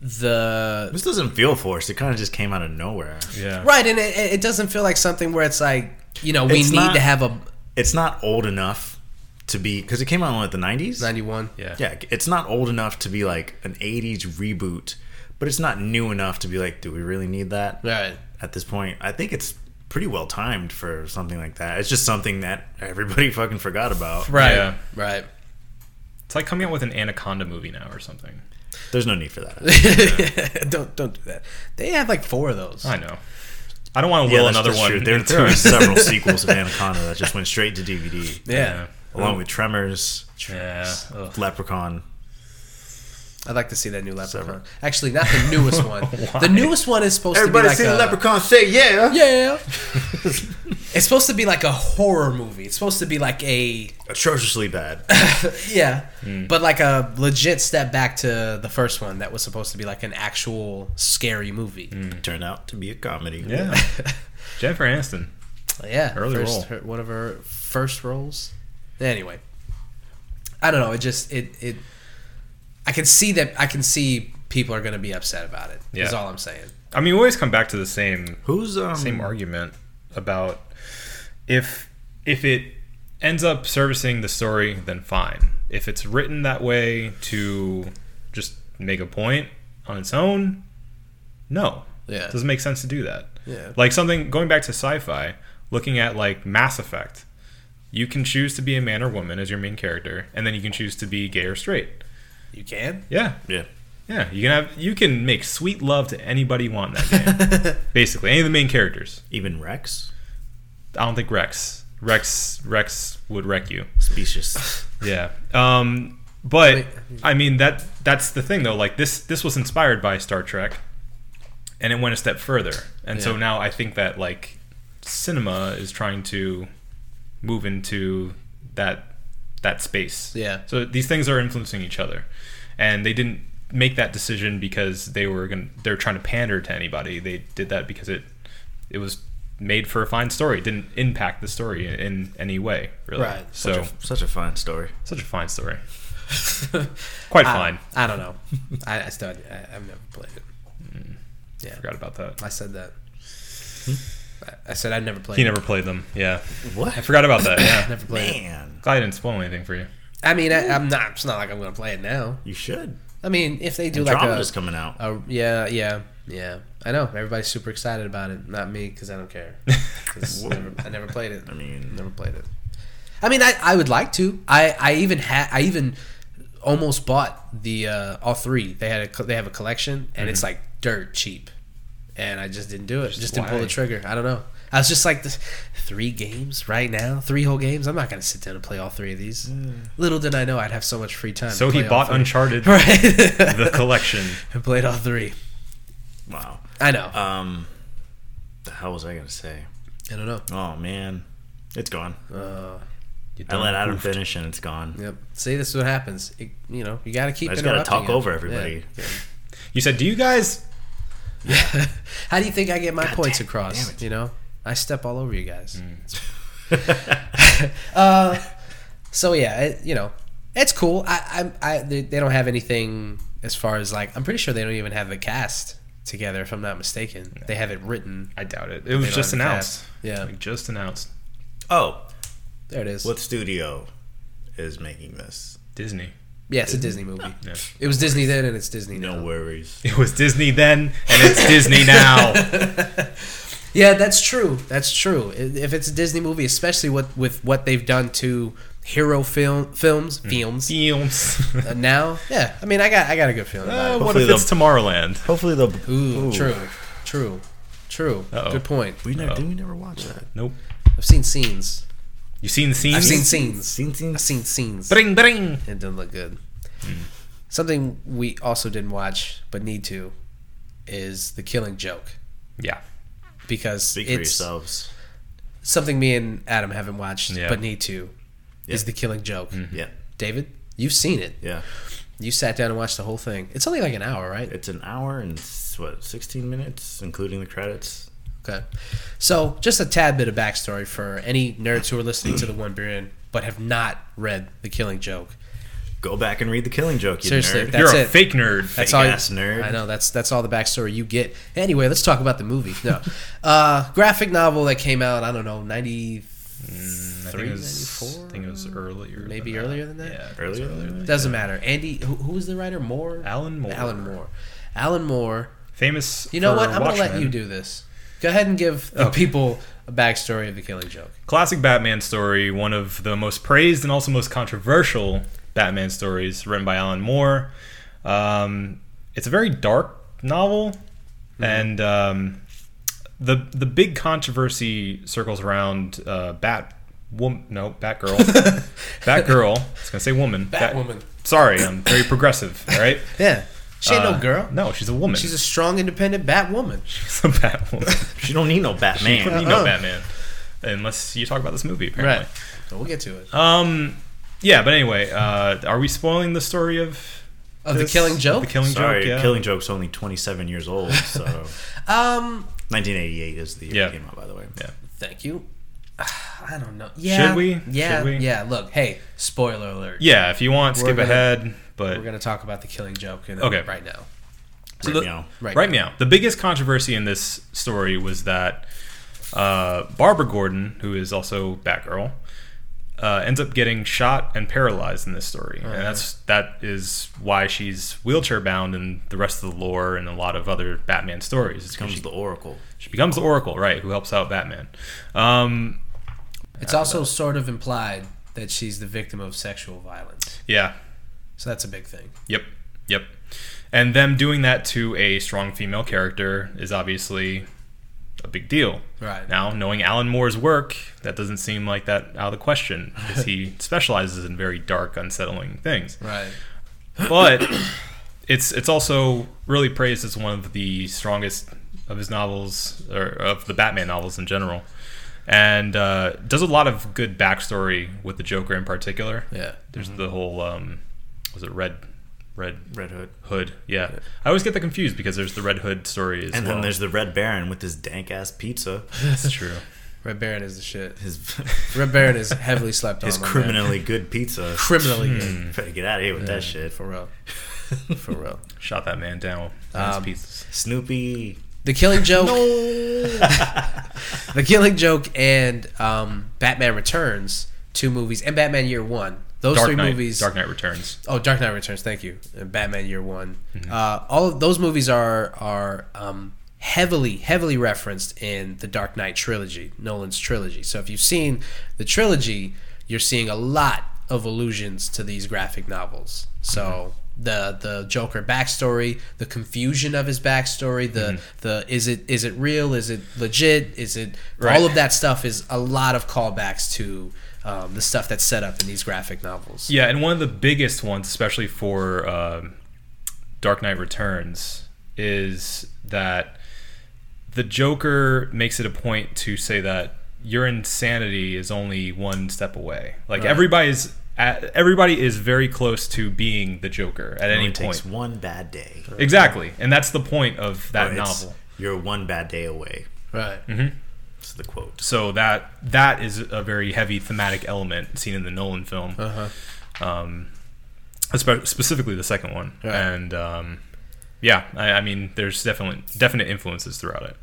S3: the
S1: This doesn't feel forced. It kind of just came out of nowhere.
S2: Yeah.
S3: right, and it, it doesn't feel like something where it's like you know we
S1: It's
S3: need
S1: not-
S3: to have a
S1: It's not old enough to be because it came out in what, the nineties.
S3: ninety one.
S2: Yeah.
S1: Yeah, it's not old enough to be like an '80s reboot, but it's not new enough to be like, do we really need that
S3: Right.
S1: at this point? I think it's pretty well timed for something like that. It's just something that everybody fucking forgot about.
S3: Right.
S2: Yeah.
S3: Right.
S2: It's like coming out with an Anaconda movie now or something.
S1: There's no need for that.
S3: don't don't do that. They have like four of those.
S2: I know. I don't want to
S1: Yeah,
S2: will
S1: that's-
S2: another
S1: that's
S2: one.
S1: true. There,
S2: into
S1: there are
S2: it.
S1: several sequels of Anaconda that just went straight to DVD,
S3: Yeah.
S1: along with Tremors, Tremors,
S2: Yeah, ugh.
S1: Leprechaun.
S3: I'd like to see that new Leprechaun. Actually, not the newest one. the newest one is supposed
S1: Everybody
S3: to be
S1: seen
S3: like
S1: the
S3: a,
S1: Leprechaun? Say yeah.
S3: Yeah. it's supposed to be like a horror movie. It's supposed to be like a
S1: Atrociously bad.
S3: yeah,
S1: Hmm.
S3: but like a legit step back to the first one that was supposed to be like an actual scary movie.
S1: Turned out to be a comedy.
S2: Yeah. Jennifer Aniston.
S3: Yeah,
S2: Early
S3: first,
S2: role.
S3: her- one of her first roles. Anyway, I don't know. It just it it. I can see that. I can see people are going to be upset about it. Is
S2: Yeah.
S3: all I'm saying.
S2: I mean, we always come back to the same
S1: Who's um?
S3: Hmm.
S2: same argument about if if it ends up servicing the story, then fine. If it's written that way to just make a point on its own, no.
S3: Yeah.
S2: It doesn't make sense to do that.
S3: Yeah.
S2: Like something going back to sci-fi, looking at like Mass Effect. You can choose to be a man or woman as your main character, and then you can choose to be gay or straight.
S3: You can.
S2: Yeah.
S1: Yeah.
S2: Yeah, you can have you can make sweet love to anybody you want in that game. Basically, any of the main characters.
S1: Even Rex.
S2: I don't think Rex. Rex Rex would wreck you.
S1: Specious.
S2: Yeah. Um but
S3: Wait.
S2: I mean that that's the thing though. Like this this was inspired by Star Trek and it went a step further. And so
S3: Yeah.
S2: now I think that like cinema is trying to move into that that space.
S3: Yeah.
S2: So these things are influencing each other. And they didn't make that decision because they were going to they're trying to pander to anybody. They did that because it it was made for a fine story. It didn't impact the story in, in any way, really.
S3: Right.
S2: So
S1: Such a, such a fine story.
S2: such a fine story. Quite
S3: Ah.
S2: fine.
S3: I, I don't know. I, I still. I, I've never played it.
S2: I forgot about that.
S3: I said that. I- I said I've never played.
S2: Hmm? He
S3: it.
S2: never played them. Yeah.
S1: What?
S2: I forgot about that. Yeah.
S3: Never played. it.
S1: Man,
S2: Glad I didn't spoil anything for you.
S3: I mean, I, I'm not. It's not like I'm gonna play it now.
S1: you should.
S3: I mean, if they do like a,
S1: Andromeda's coming out.
S3: a- Uh, yeah, yeah, yeah. I know everybody's super excited about it. Not me, because I don't care. 'Cause I, never, I never played it.
S1: I mean,
S3: never played it. I mean, I, I would like to. I I even had I even almost bought the uh, all three. They had a co- they have a collection,
S2: Mm-hmm.
S3: and it's like dirt cheap. And I just didn't do it. Just, didn't pull
S2: why?
S3: the trigger. I don't know. I was just like, this, three games right now, three whole games. I'm not gonna sit down and play all three of these. Little did I know I'd have so much free time.
S2: So
S3: to
S2: he
S3: play all
S2: bought
S3: three.
S2: Uncharted
S3: right.
S2: the collection.
S3: I played all three.
S1: wow.
S3: I know.
S1: Um, the hell was I gonna say?
S3: I don't know.
S1: Oh man, it's gone.
S3: Uh,
S2: You
S1: I let
S2: dumb
S1: Adam
S2: goof.
S1: finish and it's gone.
S3: yep. See, this is what happens. It, you know, you got to keep.
S1: I just gotta
S3: interrupting
S1: talk over
S3: it.
S1: everybody.
S3: Yeah.
S2: You said, "Do you guys?"
S3: Yeah. How do you think I get my
S1: God
S3: points
S1: damn-
S3: across?
S1: damn it.
S3: You know, I step all over you guys.
S1: Mm.
S3: Uh, So yeah, it, you know, it's cool. I, I, I, they they don't have anything as far as like. I'm pretty sure they don't even have the cast together, if I'm not mistaken. They have it written.
S2: I doubt it. It was
S3: don't
S2: just
S3: have a
S2: announced.
S3: cast. Yeah.
S2: Like, just announced.
S1: oh,
S3: There it is.
S1: what studio is making this?
S2: Disney.
S3: yeah, it's a Disney movie.
S2: Yeah.
S3: It was Disney then, and it's Disney now.
S1: No worries.
S2: It was Disney then, and it's Disney now.
S3: Yeah, that's true. That's true. I- If it's a Disney movie, especially what with what they've done to hero film films, films
S2: Films.
S3: uh, now. Yeah, I mean, I got I got a good feeling about
S2: Uh,
S3: it.
S2: what
S1: Hopefully
S2: if it's Tomorrowland?
S1: Hopefully they'll.
S3: Ooh, true, true, true.
S2: Uh-oh.
S3: Good point.
S1: We never.
S2: Oh.
S1: Did we never watch that?
S2: Nope.
S3: I've seen scenes.
S2: You seen the scenes?
S3: I've seen
S1: Seen
S3: scenes.
S1: scenes? Seen
S3: I've seen scenes.
S2: Bring, bring.
S3: It didn't look good. Something we also didn't watch but need to is the Killing Joke
S2: Yeah.
S3: because
S1: Speak for
S3: it's
S1: yourselves.
S3: something me and Adam haven't watched
S2: Yeah.
S3: but need to is the Killing Joke.
S1: Yeah.
S3: David, you've seen it.
S1: Yeah.
S3: You sat down and watched the whole thing. It's only like an hour, right?
S1: It's an hour and s- what, 16 minutes, including the credits.
S3: Okay. So, just a tad bit of backstory for any nerds who are listening to the one beer in but have not read The Killing Joke.
S1: Go back and read the Killing Joke. You
S3: Seriously,
S1: nerd.
S3: that-
S2: You're a
S3: That's it.
S2: fake nerd.
S3: That's
S1: Fake
S3: all.
S1: ass nerd.
S3: I know. That's that's all the backstory you get. Anyway, let's talk about the movie. No, uh, graphic novel that came out. I don't know, ninety
S2: I think
S3: three,
S2: it
S3: ninety
S2: was, I
S3: four.
S2: think it was earlier.
S3: Maybe
S2: than
S3: earlier
S2: that.
S3: than that?
S2: Yeah, it was
S1: Earlier than that?
S3: Doesn't matter. Andy, who, who was the writer? Moore.
S2: Alan Moore.
S3: Alan Moore. Alan Moore.
S2: Famous.
S3: You know
S2: for
S3: what? I'm gonna let
S2: Watchmen.
S3: you do this. Go ahead and give the
S2: Okay.
S3: people a backstory of the Killing Joke.
S2: Classic Batman story, one of the most praised and also most controversial Batman stories written by Alan Moore. Um, it's a very dark novel,
S3: Mm-hmm.
S2: and um, the the big controversy circles around uh, Bat Woman. No, Batgirl. Batgirl. I was gonna say woman.
S3: Batwoman.
S2: sorry, I'm very progressive. All right.
S3: Yeah, she ain't
S2: Uh,
S3: no girl.
S2: No, she's a woman.
S3: She's a strong, independent Batwoman.
S2: She's a Batwoman.
S1: She don't need no Batman.
S2: you know
S3: Uh-uh.
S2: Batman, unless you talk about this movie.
S3: Right.
S2: Apparently.
S3: Uh, So we'll get to it.
S2: Um. Yeah, but anyway, uh, are we spoiling the story of
S3: Of the
S2: this?
S3: Killing Joke?
S2: The Killing
S1: Sorry,
S2: Joke. Yeah.
S1: Killing Joke's only 27 years old, so
S3: Um,
S1: 1988 is the year
S2: Yeah.
S1: it came out, by the way.
S2: Yeah.
S3: thank you. I don't know. Yeah.
S2: Should we?
S3: Yeah.
S2: Should we?
S3: Yeah. Look, hey, spoiler alert.
S2: Yeah, If you want, skip
S3: gonna-
S2: ahead. But
S3: We're gonna talk about the Killing Joke. In
S2: Okay.
S3: Right now.
S2: So
S1: Right
S2: the-
S1: now.
S3: Right
S2: Right, now. The biggest controversy in this story was that uh, Barbara Gordon, who is also Batgirl, uh, ends up getting shot and paralyzed in this story, and
S3: Uh-huh.
S2: that's that is why she's wheelchair bound in the rest of the lore and a lot of other Batman stories. It's 'cause
S1: Comes
S2: she,
S1: the Oracle.
S2: she becomes the Oracle, right? Who helps out Batman. Um,
S3: It's also sort of implied that she's the victim of sexual violence.
S2: yeah,
S3: So that's a big thing.
S2: Yep. Yep. And them doing that to a strong female character is obviously a big deal.
S3: Right.
S2: Now, knowing Alan Moore's work, that doesn't seem like that out of the question because he specializes in very dark, unsettling things.
S3: Right.
S2: But it's it's also really praised as one of the strongest of his novels or of the Batman novels in general. And uh, does a lot of good backstory with the Joker in particular.
S3: Yeah. Mm-hmm.
S2: There's the whole um, was it Red Red
S1: Red Hood.
S2: Hood? Yeah, I always get that confused because there's the Red Hood story as
S1: And
S2: well.
S1: then there's the Red Baron with his dank ass pizza,
S2: that's true.
S3: Red Baron is the shit.
S1: his
S3: Red Baron is heavily slept on.
S1: his
S3: my man.
S1: criminally good pizza.
S3: Criminally
S2: Hmm.
S3: good.
S1: Better get out of here with that shit.
S3: For real. For real.
S2: Shot that man down. with
S3: Um,
S2: his pieces.
S1: Snoopy.
S3: The Killing Joke. the Killing Joke and um, Batman Returns, two movies, and Batman Year One. Those
S2: Dark
S3: three
S2: Knight.
S3: movies.
S2: Dark Knight Returns.
S3: Oh, Dark Knight Returns. Thank you. And Batman Year One.
S2: Mm-hmm.
S3: Uh, all of those movies are are um, heavily heavily referenced in the Dark Knight trilogy, Nolan's trilogy. So if you've seen the trilogy, you're seeing a lot of allusions to these graphic novels. So
S2: Mm-hmm.
S3: the the Joker backstory, the confusion of his backstory, the
S2: Mm-hmm.
S3: the is it is it real? Is it legit? Is it
S2: Right.
S3: all of that stuff is a lot of callbacks to. Um, the stuff that's set up in these graphic novels.
S2: Yeah, and one of the biggest ones, especially for um, Dark Knight Returns, is that the Joker makes it a point to say that your insanity is only one step away. Like everybody's, at, everybody is very close to being the Joker at any
S1: Only
S2: point.
S1: takes one bad day.
S2: Exactly, and that's the point of that
S1: Or it's-
S2: novel.
S1: You're one bad day away.
S3: Right.
S1: That's the quote.
S2: So that that is a very heavy thematic element seen in the Nolan film,
S3: Uh-huh.
S2: um, espe- specifically the second one,
S3: Right.
S2: and um, yeah, I, I mean, there's definitely definite influences throughout it.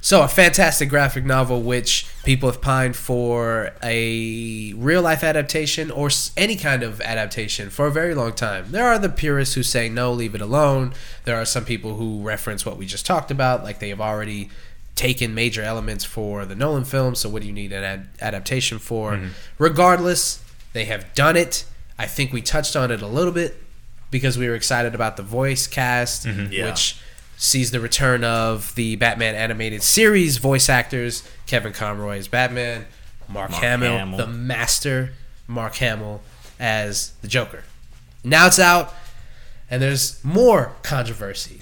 S3: So, a fantastic graphic novel which people have pined for a real life adaptation or s- any kind of adaptation for a very long time. There are the purists who say no, leave it alone. There are some people who reference what we just talked about, like they have already taken major elements for the Nolan film, so what do you need an ad- adaptation for? Regardless, they have done it. I think we touched on it a little bit because we were excited about the voice cast,
S1: Yeah.
S3: which sees the return of the Batman animated series voice actors Kevin Conroy as Batman, Mark,
S1: Mark
S3: Hamill,
S1: Hamill.
S3: the master Mark Hamill as the Joker. Now it's out, and there's more controversy,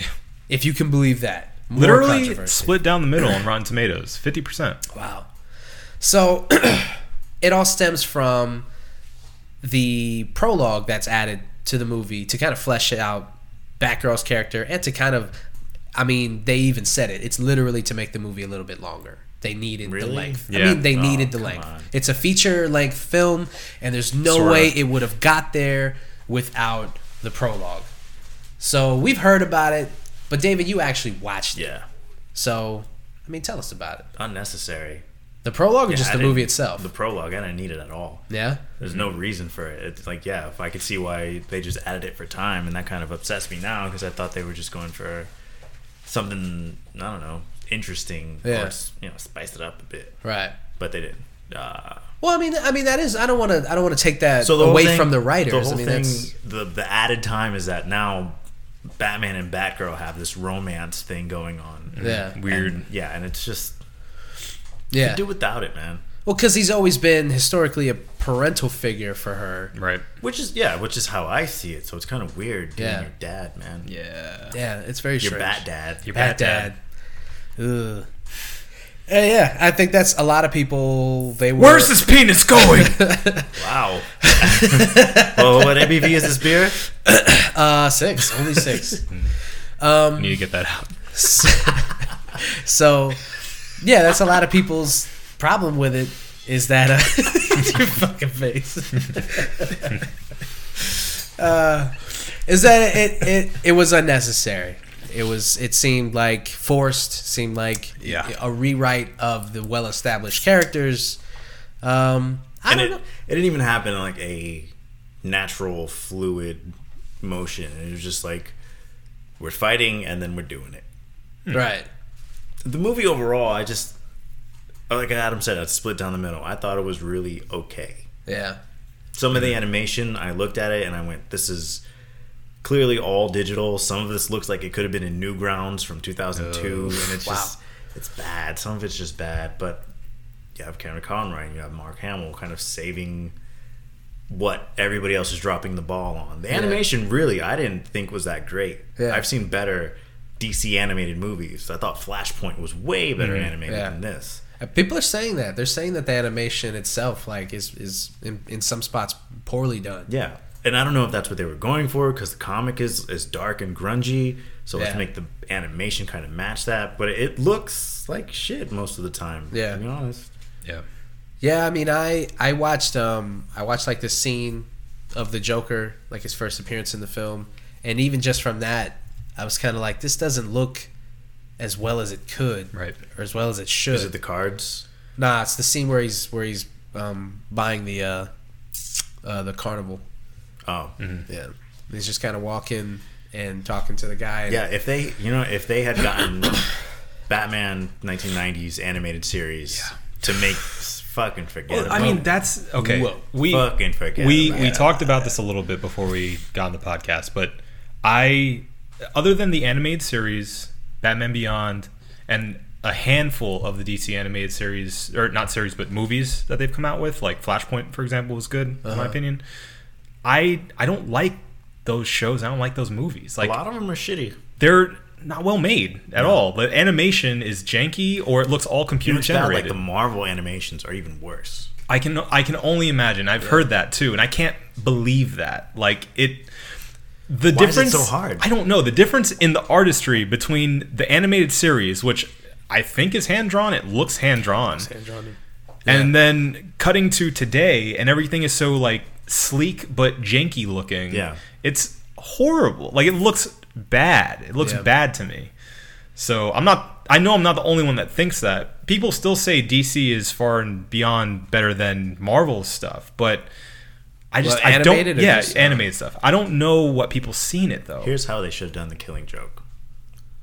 S3: if you can believe that. More
S2: Literally
S3: controversy.
S2: split down the middle on Rotten Tomatoes, fifty percent.
S3: Wow. So it all stems from the prologue that's added to the movie to kind of flesh out Batgirl's character and to kind of, I mean, they even said it. It's literally to make the movie a little bit longer. They needed the
S1: Really?
S3: length. I
S2: Yeah.
S3: mean, they
S1: Oh,
S3: needed the
S1: come
S3: length.
S1: on.
S3: It's a feature length film, and there's no
S2: Sorta.
S3: way it would have got there without the prologue. So we've heard about it, but David, you actually watched it.
S1: Yeah,
S3: So, I mean, tell us about it.
S1: unnecessary.
S3: The prologue or
S1: Yeah,
S3: just
S1: I
S3: the
S1: didn't-
S3: movie itself?
S1: The prologue, I didn't need it at all.
S3: yeah.
S1: There's no reason for it. It's like, yeah, if I could see why they just added it for time, and that kind of upsets me now because I thought they were just going for something, I don't know, interesting,
S3: Yeah.
S1: or s- you know, spice it up a bit.
S3: Right.
S1: But they didn't. Uh,
S3: Well, I mean, I mean that is. I don't want to. I don't want to take that
S1: so the whole
S3: away
S1: thing-
S3: from the writers.
S1: The whole
S3: I mean,
S1: thing,
S3: that's
S1: the the added time is that now Batman and Batgirl have this romance thing going on.
S3: yeah,
S2: Weird.
S1: And- yeah, and it's just
S3: yeah.
S1: do without it, man.
S3: Well, because he's always been historically a parental figure for her.
S2: right.
S1: Which is yeah, which is how I see it. So it's kind of weird being
S3: Yeah.
S1: your dad, man.
S2: Yeah.
S3: Yeah, it's very
S1: Your
S3: strange.
S1: bat dad. Your
S3: Bat dad. Ugh. Uh, yeah, I think that's a lot of people. They were.
S2: Where's this penis going?
S1: Wow. well, what ABV is this beer?
S3: Uh, six. Only six.
S2: I need to get that out.
S3: so, yeah, that's a lot of people's problem with it. Is that uh, your fucking face? uh, is that it, it? It was unnecessary. It was. It seemed like forced. Seemed like
S2: Yeah.
S3: a rewrite of the well-established characters. Um, I
S1: And
S3: don't
S1: it,
S3: know.
S1: it didn't even happen in like a natural, fluid motion. It was just like we're fighting and then we're doing it. Hmm.
S3: Right.
S1: The movie overall, I just like Adam said, I split down the middle. I thought it was really okay.
S3: Yeah.
S1: some of the animation i looked at it and i went this is clearly all digital some of this looks like it could have been in newgrounds from 2002 and it's
S3: Oh. Wow.
S1: just it's bad some of it's just bad but you have cameron conroy and you have mark hamill kind of saving what everybody else is dropping the ball on the animation really i didn't think was that great
S3: Yeah.
S1: i've seen better dc animated movies i thought flashpoint was way better animated
S3: Mm-hmm. Yeah.
S1: than this
S3: Uh, People are saying that. They're saying that the animation itself, like, is is in, in some spots poorly done.
S1: Yeah, and I don't know if that's what they were going for because the comic is is dark and grungy, so
S3: Yeah.
S1: let's make the animation kind of match that. But it looks like shit most of the time.
S3: Yeah.
S1: to be honest.
S2: Yeah.
S3: Yeah, I mean, I I watched um I watched like the scene of the Joker, like his first appearance in the film, and even just from that, I was kind of like, this doesn't look as well as it could,
S2: Right.
S3: or as well as it should.
S1: Is it the cards?
S3: nah, it's the scene where he's where he's um buying the uh, uh the carnival.
S1: Oh,
S2: Mm-hmm.
S3: Yeah, he's just kind of walking and talking to the guy. and-
S1: yeah. If they, you know, if they had gotten Batman 1990s animated series to make s- fucking forget.
S2: Well, I
S1: about
S2: mean,
S1: it.
S2: that's okay.
S1: Whoa.
S2: We
S1: Fucking forget
S2: We
S1: about
S2: we
S1: it.
S2: talked about this a little bit before we got on the podcast, but I, other than the animated series, Batman Beyond, and a handful of the DC animated series or not series but movies that they've come out with, like Flashpoint, for example, was good in
S1: Uh-huh.
S2: my opinion. I I don't like those shows. I don't like those movies.
S1: a
S2: Like
S1: lot of them are shitty.
S2: they're not well made at all. The animation is janky or it looks all
S1: You
S2: computer
S1: know, it's bad, like
S2: generated.
S1: the Marvel animations are even worse.
S2: I can I can only imagine. I've heard that too, and I can't believe that. Like it,
S1: Why
S2: the
S1: is it
S2: difference
S1: so hard?
S2: I don't know the difference in the artistry between the animated series, which I think is hand drawn. It looks hand drawn, and then cutting to today, and everything is so like sleek but janky looking.
S1: Yeah.
S2: it's horrible. Like it looks bad. It looks
S3: Yeah.
S2: bad to me. So I'm not. I know I'm not the only one that thinks that. People still say DC is far and beyond better than Marvel stuff, but I just
S3: Well,
S2: I don't.
S3: animated or
S2: yeah,
S3: just- uh,
S2: animated stuff. I don't know what people see in it though.
S1: Here's how they should have done the killing joke.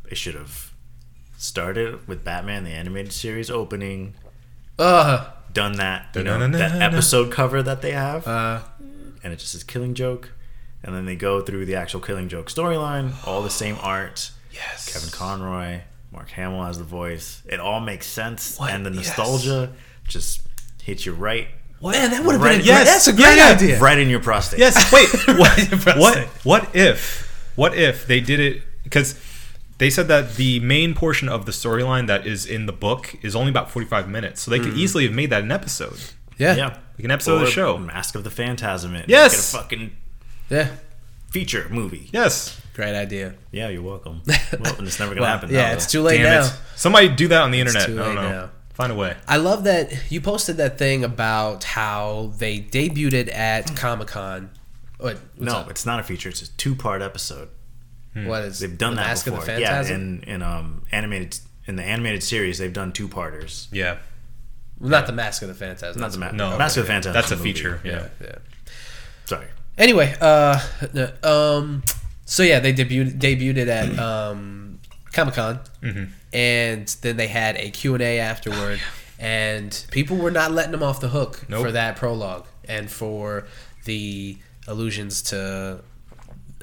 S1: They should have started with Batman the animated series opening,
S2: Uh-huh.
S3: Ugh.
S1: done that, you know,
S2: Da-na-na-na-na.
S1: that episode cover that they have,
S2: Uh-huh.
S3: Uh,
S1: and it just says killing joke, and then they go through the actual killing joke storyline, all the same art.
S2: yes,
S1: Kevin Conroy, Mark Hamill has the voice. It all makes sense,
S2: What?
S1: and the
S2: Yes.
S1: nostalgia just hits you right,
S3: man, that would have been
S1: Right,
S3: a,
S2: yes,
S3: that's a
S2: yeah,
S3: great
S2: yeah,
S3: idea.
S1: right in your prostate.
S2: Yes. Wait. What?
S3: Impressive.
S2: what? What if? What if they did it? Because they said that the main portion of the storyline that is in the book is only about forty-five minutes, so they
S3: Hmm.
S2: could easily have made that an episode,
S3: Yeah,
S1: Yeah.
S2: like an episode of
S1: Or
S2: the show.
S1: Mask of the Phantasm. It.
S2: Yes.
S1: Get a fucking
S3: yeah,
S1: feature movie.
S2: Yes.
S3: great idea.
S1: Yeah, you're welcome. well, and it's never gonna happen.
S3: Yeah,
S1: now,
S3: it's
S1: though.
S3: too late
S2: Damn
S3: now.
S2: it. Somebody do that on the internet. I
S3: too
S2: don't
S3: late
S2: know.
S3: now.
S2: Find a way.
S3: I love that you posted that thing about how they debuted it at Comic Con What?
S1: Hmm. no,
S3: what's up?
S1: it's not a feature. It's a two-part episode.
S3: What is?
S1: They've done
S3: the
S1: that
S3: Mask
S1: before.
S3: of the Phantasm.
S1: Yeah, in in um animated in the animated series, they've done two-parters.
S2: Yeah.
S3: Not the Mask of the Phantasm.
S1: Not the ma-
S2: No.
S1: Mask of the
S2: Okay.
S1: Phantasm.
S2: That's a
S1: movie.
S2: feature. Yeah.
S3: yeah. yeah.
S1: Sorry.
S3: Anyway, uh, the- um, so yeah, they debuted debuted it at um, Comic Con,
S1: Mm-hmm.
S3: and then they had a Q and A afterward, and people were not letting them off the hook
S2: Nope.
S3: for that prologue and for the allusions to.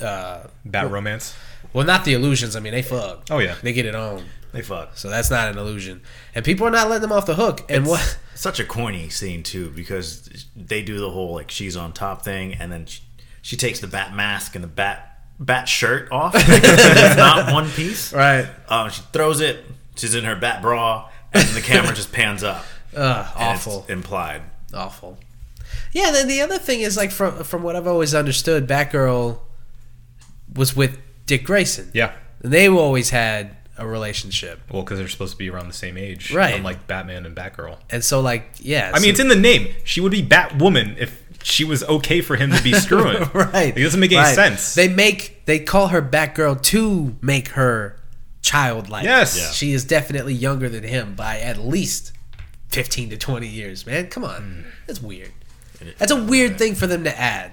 S3: Uh,
S2: Bat romance.
S3: well, not the illusions. I mean, they fuck.
S2: Oh, yeah.
S3: they get it on.
S1: They fuck.
S3: So that's not an illusion, and people are not letting them off the hook. And what?
S1: Such a corny scene too, because they do the whole like she's on top thing, and then she, she takes the bat mask and the bat bat shirt off. it's not one piece.
S3: Right.
S1: Um, she throws it. She's in her bat bra, and the camera just pans up.
S3: Ugh,
S1: and it's
S3: awful.
S1: implied.
S3: awful. Yeah, then the other thing is like from from what I've always understood, Batgirl was with Dick Grayson.
S2: Yeah.
S3: and they always had a relationship,
S2: Well, because they're supposed to be around the same age.
S3: Right.
S2: Unlike Batman and Batgirl.
S3: and so like yeah,
S2: I mean, it's in the name. She would be Batwoman if she was okay for him to be screwing.
S3: right.
S2: It doesn't make any
S3: right.
S2: sense.
S3: They make they call her Batgirl to make her childlike.
S2: Yes. Yeah.
S3: she is definitely younger than him by at least fifteen to twenty years. Man, come on,
S2: Hmm.
S3: that's weird. That's a weird thing for them to add.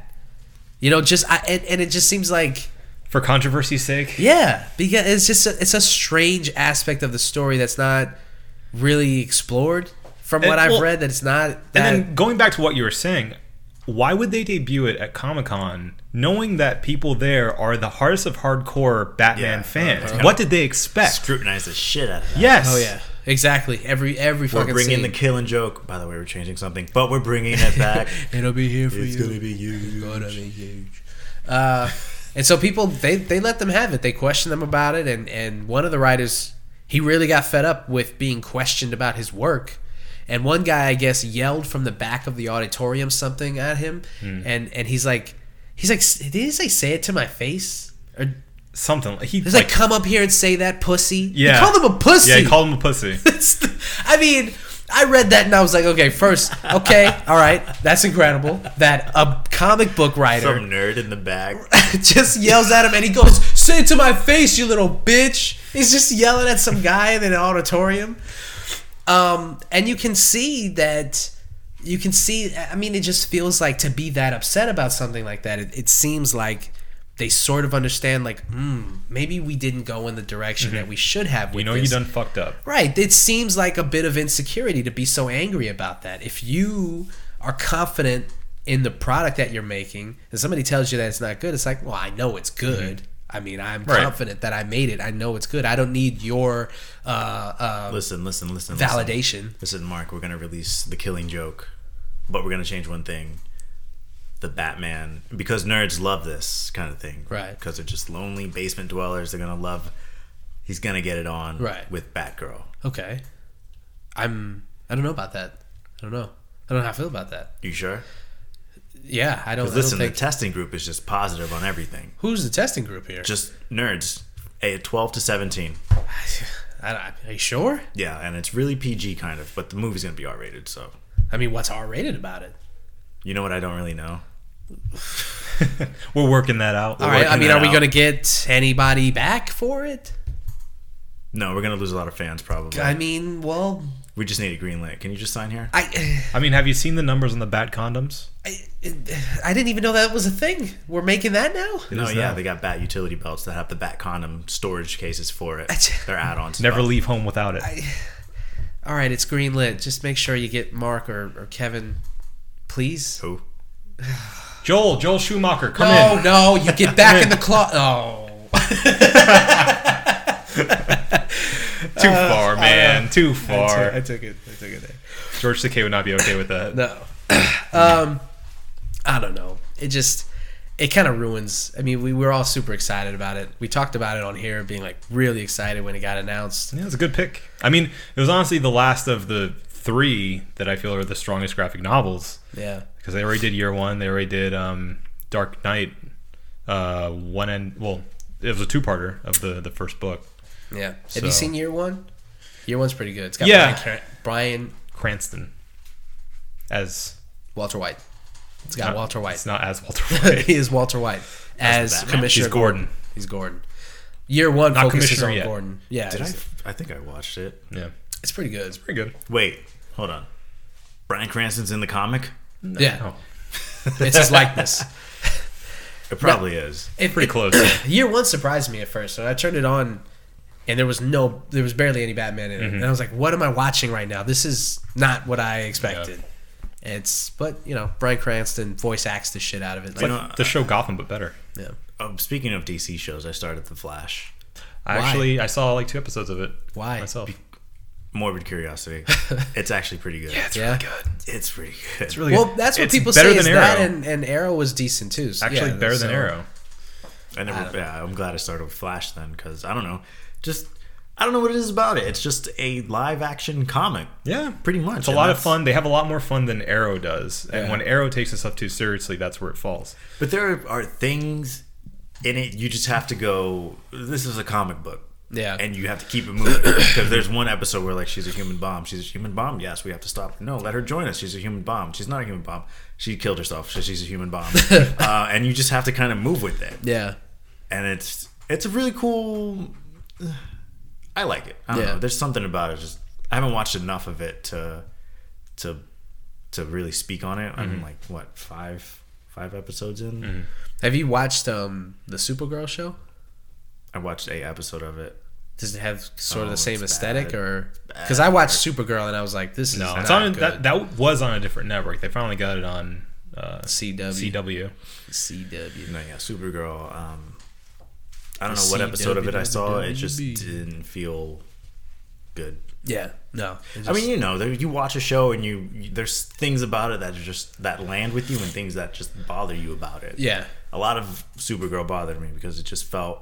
S3: You know, just I, and, and it just seems like
S2: for controversy's sake.
S3: Yeah, because it's just a, it's a strange aspect of the story that's not really explored. From
S2: And,
S3: what I've
S2: well,
S3: read, that it's not that.
S2: And then going back to what you were saying, why would they debut it at Comic Con knowing that people there are the hardest of hardcore Batman
S1: Yeah.
S2: fans?
S1: Uh-huh.
S2: What did they expect?
S1: Scrutinize the shit out of that.
S2: yes.
S3: oh yeah, exactly. Every every
S1: We're
S3: fucking
S1: bringing
S3: scene.
S1: the killing joke. By the way, we're changing something, but we're bringing it back.
S3: It'll be here for you.
S1: be huge.
S3: gonna be huge. Uh, and so people they they let them have it. They questioned them about it, and and one of the writers he really got fed up with being questioned about his work. And one guy, I guess, yelled from the back of the auditorium something at him,
S2: Hmm.
S3: and and he's like, he's like, "S- did he say say it to my face? Or
S2: Something. He,
S3: he's like, come up here and say that, pussy. He
S2: Yeah.
S3: called him a pussy.
S2: Yeah, he called him a pussy.
S3: It's the- I mean, I read that and I was like, okay, first, okay, all right, that's incredible that a comic book writer
S1: Some nerd in the back.
S3: just yells at him and he goes, Say it to my face, you little bitch. He's just yelling at some guy in an auditorium. Um, and you can see that you can see I mean it just feels like to be that upset about something like that, it, it seems like they sort of understand like, hmm, maybe we didn't go in the direction that we should have with
S2: Mm-hmm. You know, you
S3: this.
S2: done fucked up.
S3: Right. It seems like a bit of insecurity to be so angry about that. If you are confident in the product that you're making and somebody tells you that it's not good, it's like, well, I know it's good. I mean, I'm
S2: Right.
S3: confident that I made it. I know it's good. I don't need your uh, uh,
S1: Listen, listen, listen. listen.
S3: validation.
S1: Listen, Mark, we're gonna release the Killing Joke, but we're gonna change one thing: the Batman, because nerds love this kind of thing,
S3: Right.
S1: Because they're just lonely basement dwellers. They're gonna love. He's gonna get it on,
S3: Right.
S1: With Batgirl,
S3: Okay. I'm. I don't know about that. I don't know. I don't know how I feel about that.
S1: you sure?
S3: Yeah, I don't. I don't
S1: Listen,
S3: think.
S1: the testing group is just positive on everything.
S3: who's the testing group here?
S1: Just nerds, a twelve to seventeen.
S3: I, don't- are you sure?
S1: Yeah, and it's really PG kind of, but the movie's gonna be R rated. So
S3: I mean, what's R-rated about it?
S1: you know what? I don't really know.
S2: We're working that out.
S3: All right. I
S1: working
S3: mean,
S1: that
S3: are we
S1: out.
S3: gonna get anybody back for it?
S1: No, we're gonna lose a lot of fans probably.
S3: I mean, well,
S1: We just need a green light. Can you just sign here?
S3: I,
S2: I mean, have you seen the numbers on the bat condoms?
S3: I, I didn't even know that was a thing. We're making that now.
S1: No,
S2: is
S1: yeah,
S2: now.
S1: they got bat utility belts that have the bat condom storage cases for it.
S3: Ach-
S1: They're add-ons.
S2: Never
S1: But
S2: leave home without it.
S3: All right, it's green lit. Just make sure you get Mark or, or Kevin, please.
S1: Who?
S2: Joel, Joel Schumacher, come
S3: No,
S2: in.
S3: no, you get back in the closet. Oh, Uh,
S2: Too far, man. Too far.
S3: took it. I took it. There.
S2: George Takei would not be okay with that.
S3: No. um, I don't know. It just it kind of ruins. I mean, we were all super excited about it. We talked about it on here, being like really excited when it got announced.
S2: Yeah, it's a good pick. I mean, it was honestly the last of the three that I feel are the strongest graphic novels
S3: Yeah.
S2: because they already did Year One, they already did um, Dark Knight, uh, one end. Well, it was a two-parter of the the first book.
S3: Yeah. Have you
S2: So-
S3: seen Year One? Year One's pretty good. It's got
S2: Yeah.
S3: Brian, Car- Brian
S2: Cranston as
S3: Walter White. It's got
S2: Not-
S3: Walter White.
S2: It's not as Walter White.
S3: he is Walter White as
S1: Batman.
S3: Commissioner.
S2: He's Gordon.
S3: He's Gordon. Year one
S2: Not
S3: focuses
S2: Commissioner
S3: on
S2: yet.
S3: Gordon. Yeah,
S1: Did I?
S3: it's,
S1: I think I watched it.
S2: yeah,
S3: it's pretty good.
S2: pretty good.
S1: Wait, hold on. Brian Cranston's in the comic.
S2: Oh.
S3: Yeah, it's his likeness.
S1: It probably is.
S3: It,
S2: pretty
S3: it-
S2: close.
S3: Year one surprised me at first, and I turned it on, and there was no, there was barely any Batman in it,
S2: Mm-hmm.
S3: and I was like, "What am I watching right now? This is not what I expected." It's, but you know, Brian Cranston voice acts the shit out of it.
S1: You
S3: Like,
S1: know,
S2: the show Gotham, but better.
S3: yeah.
S1: uh, speaking of DC shows, I started The Flash.
S2: I
S3: Why?
S2: actually I saw like two episodes of it.
S3: Why?
S2: myself?
S1: Morbid curiosity. it's actually pretty good.
S3: Yeah.
S2: good.
S1: It's pretty good.
S2: It's really
S3: Well,
S2: good.
S3: that's what
S2: It's
S3: people
S2: better
S3: say
S2: than
S3: is
S2: Arrow.
S3: that, and, and Arrow was decent too. so-
S2: actually
S3: yeah,
S2: better than
S3: so-
S2: Arrow.
S1: I never. yeah, I'm glad I started with Flash then, because I don't know, just I don't know what it is about it. It's just a live action comic.
S2: Yeah,
S1: pretty much.
S2: It's a
S1: and
S2: lot of
S1: that's-
S2: fun. They have a lot more fun than Arrow does. And
S3: Yeah.
S2: when Arrow takes this stuff too seriously, that's where it falls.
S1: But there are things in it you just have to go. This is a comic book.
S3: Yeah.
S1: and you have to keep it moving because there's one episode where like she's a human bomb. She's a human bomb. Yes, we have to stop. her. No, let her join us. She's a human bomb. She's not a human bomb. She killed herself. So she's a human bomb. uh, and you just have to kind of move with it.
S3: Yeah.
S1: and it's it's a really cool. I like it. I don't
S3: Yeah.
S1: know. There's something about it. Just I haven't watched enough of it to to to really speak on it.
S3: Mm-hmm.
S1: I'm like what five five episodes in.
S3: Have you watched um the Supergirl show?
S1: I watched a episode of it.
S3: Does it have sort of
S1: Oh,
S3: the same
S1: it's
S3: aesthetic
S1: bad.
S3: or? Because I watched Supergirl and I was like, this is Oh,
S2: No,
S3: not
S2: it's on a,
S3: good.
S2: that that was on a different network. They finally got it on uh,
S3: CW.
S2: CW.
S3: CW.
S1: No, yeah, Supergirl. Um, I don't
S3: The
S1: know what episode of it I saw. It just
S3: CWWB.
S1: didn't feel good.
S3: Yeah. No. it's
S1: I mean,
S3: just-
S1: you know, there, you watch a show and you, you there's things about it that are just that land with you and things that just bother you about it.
S3: yeah.
S1: a lot of Supergirl bothered me because it just felt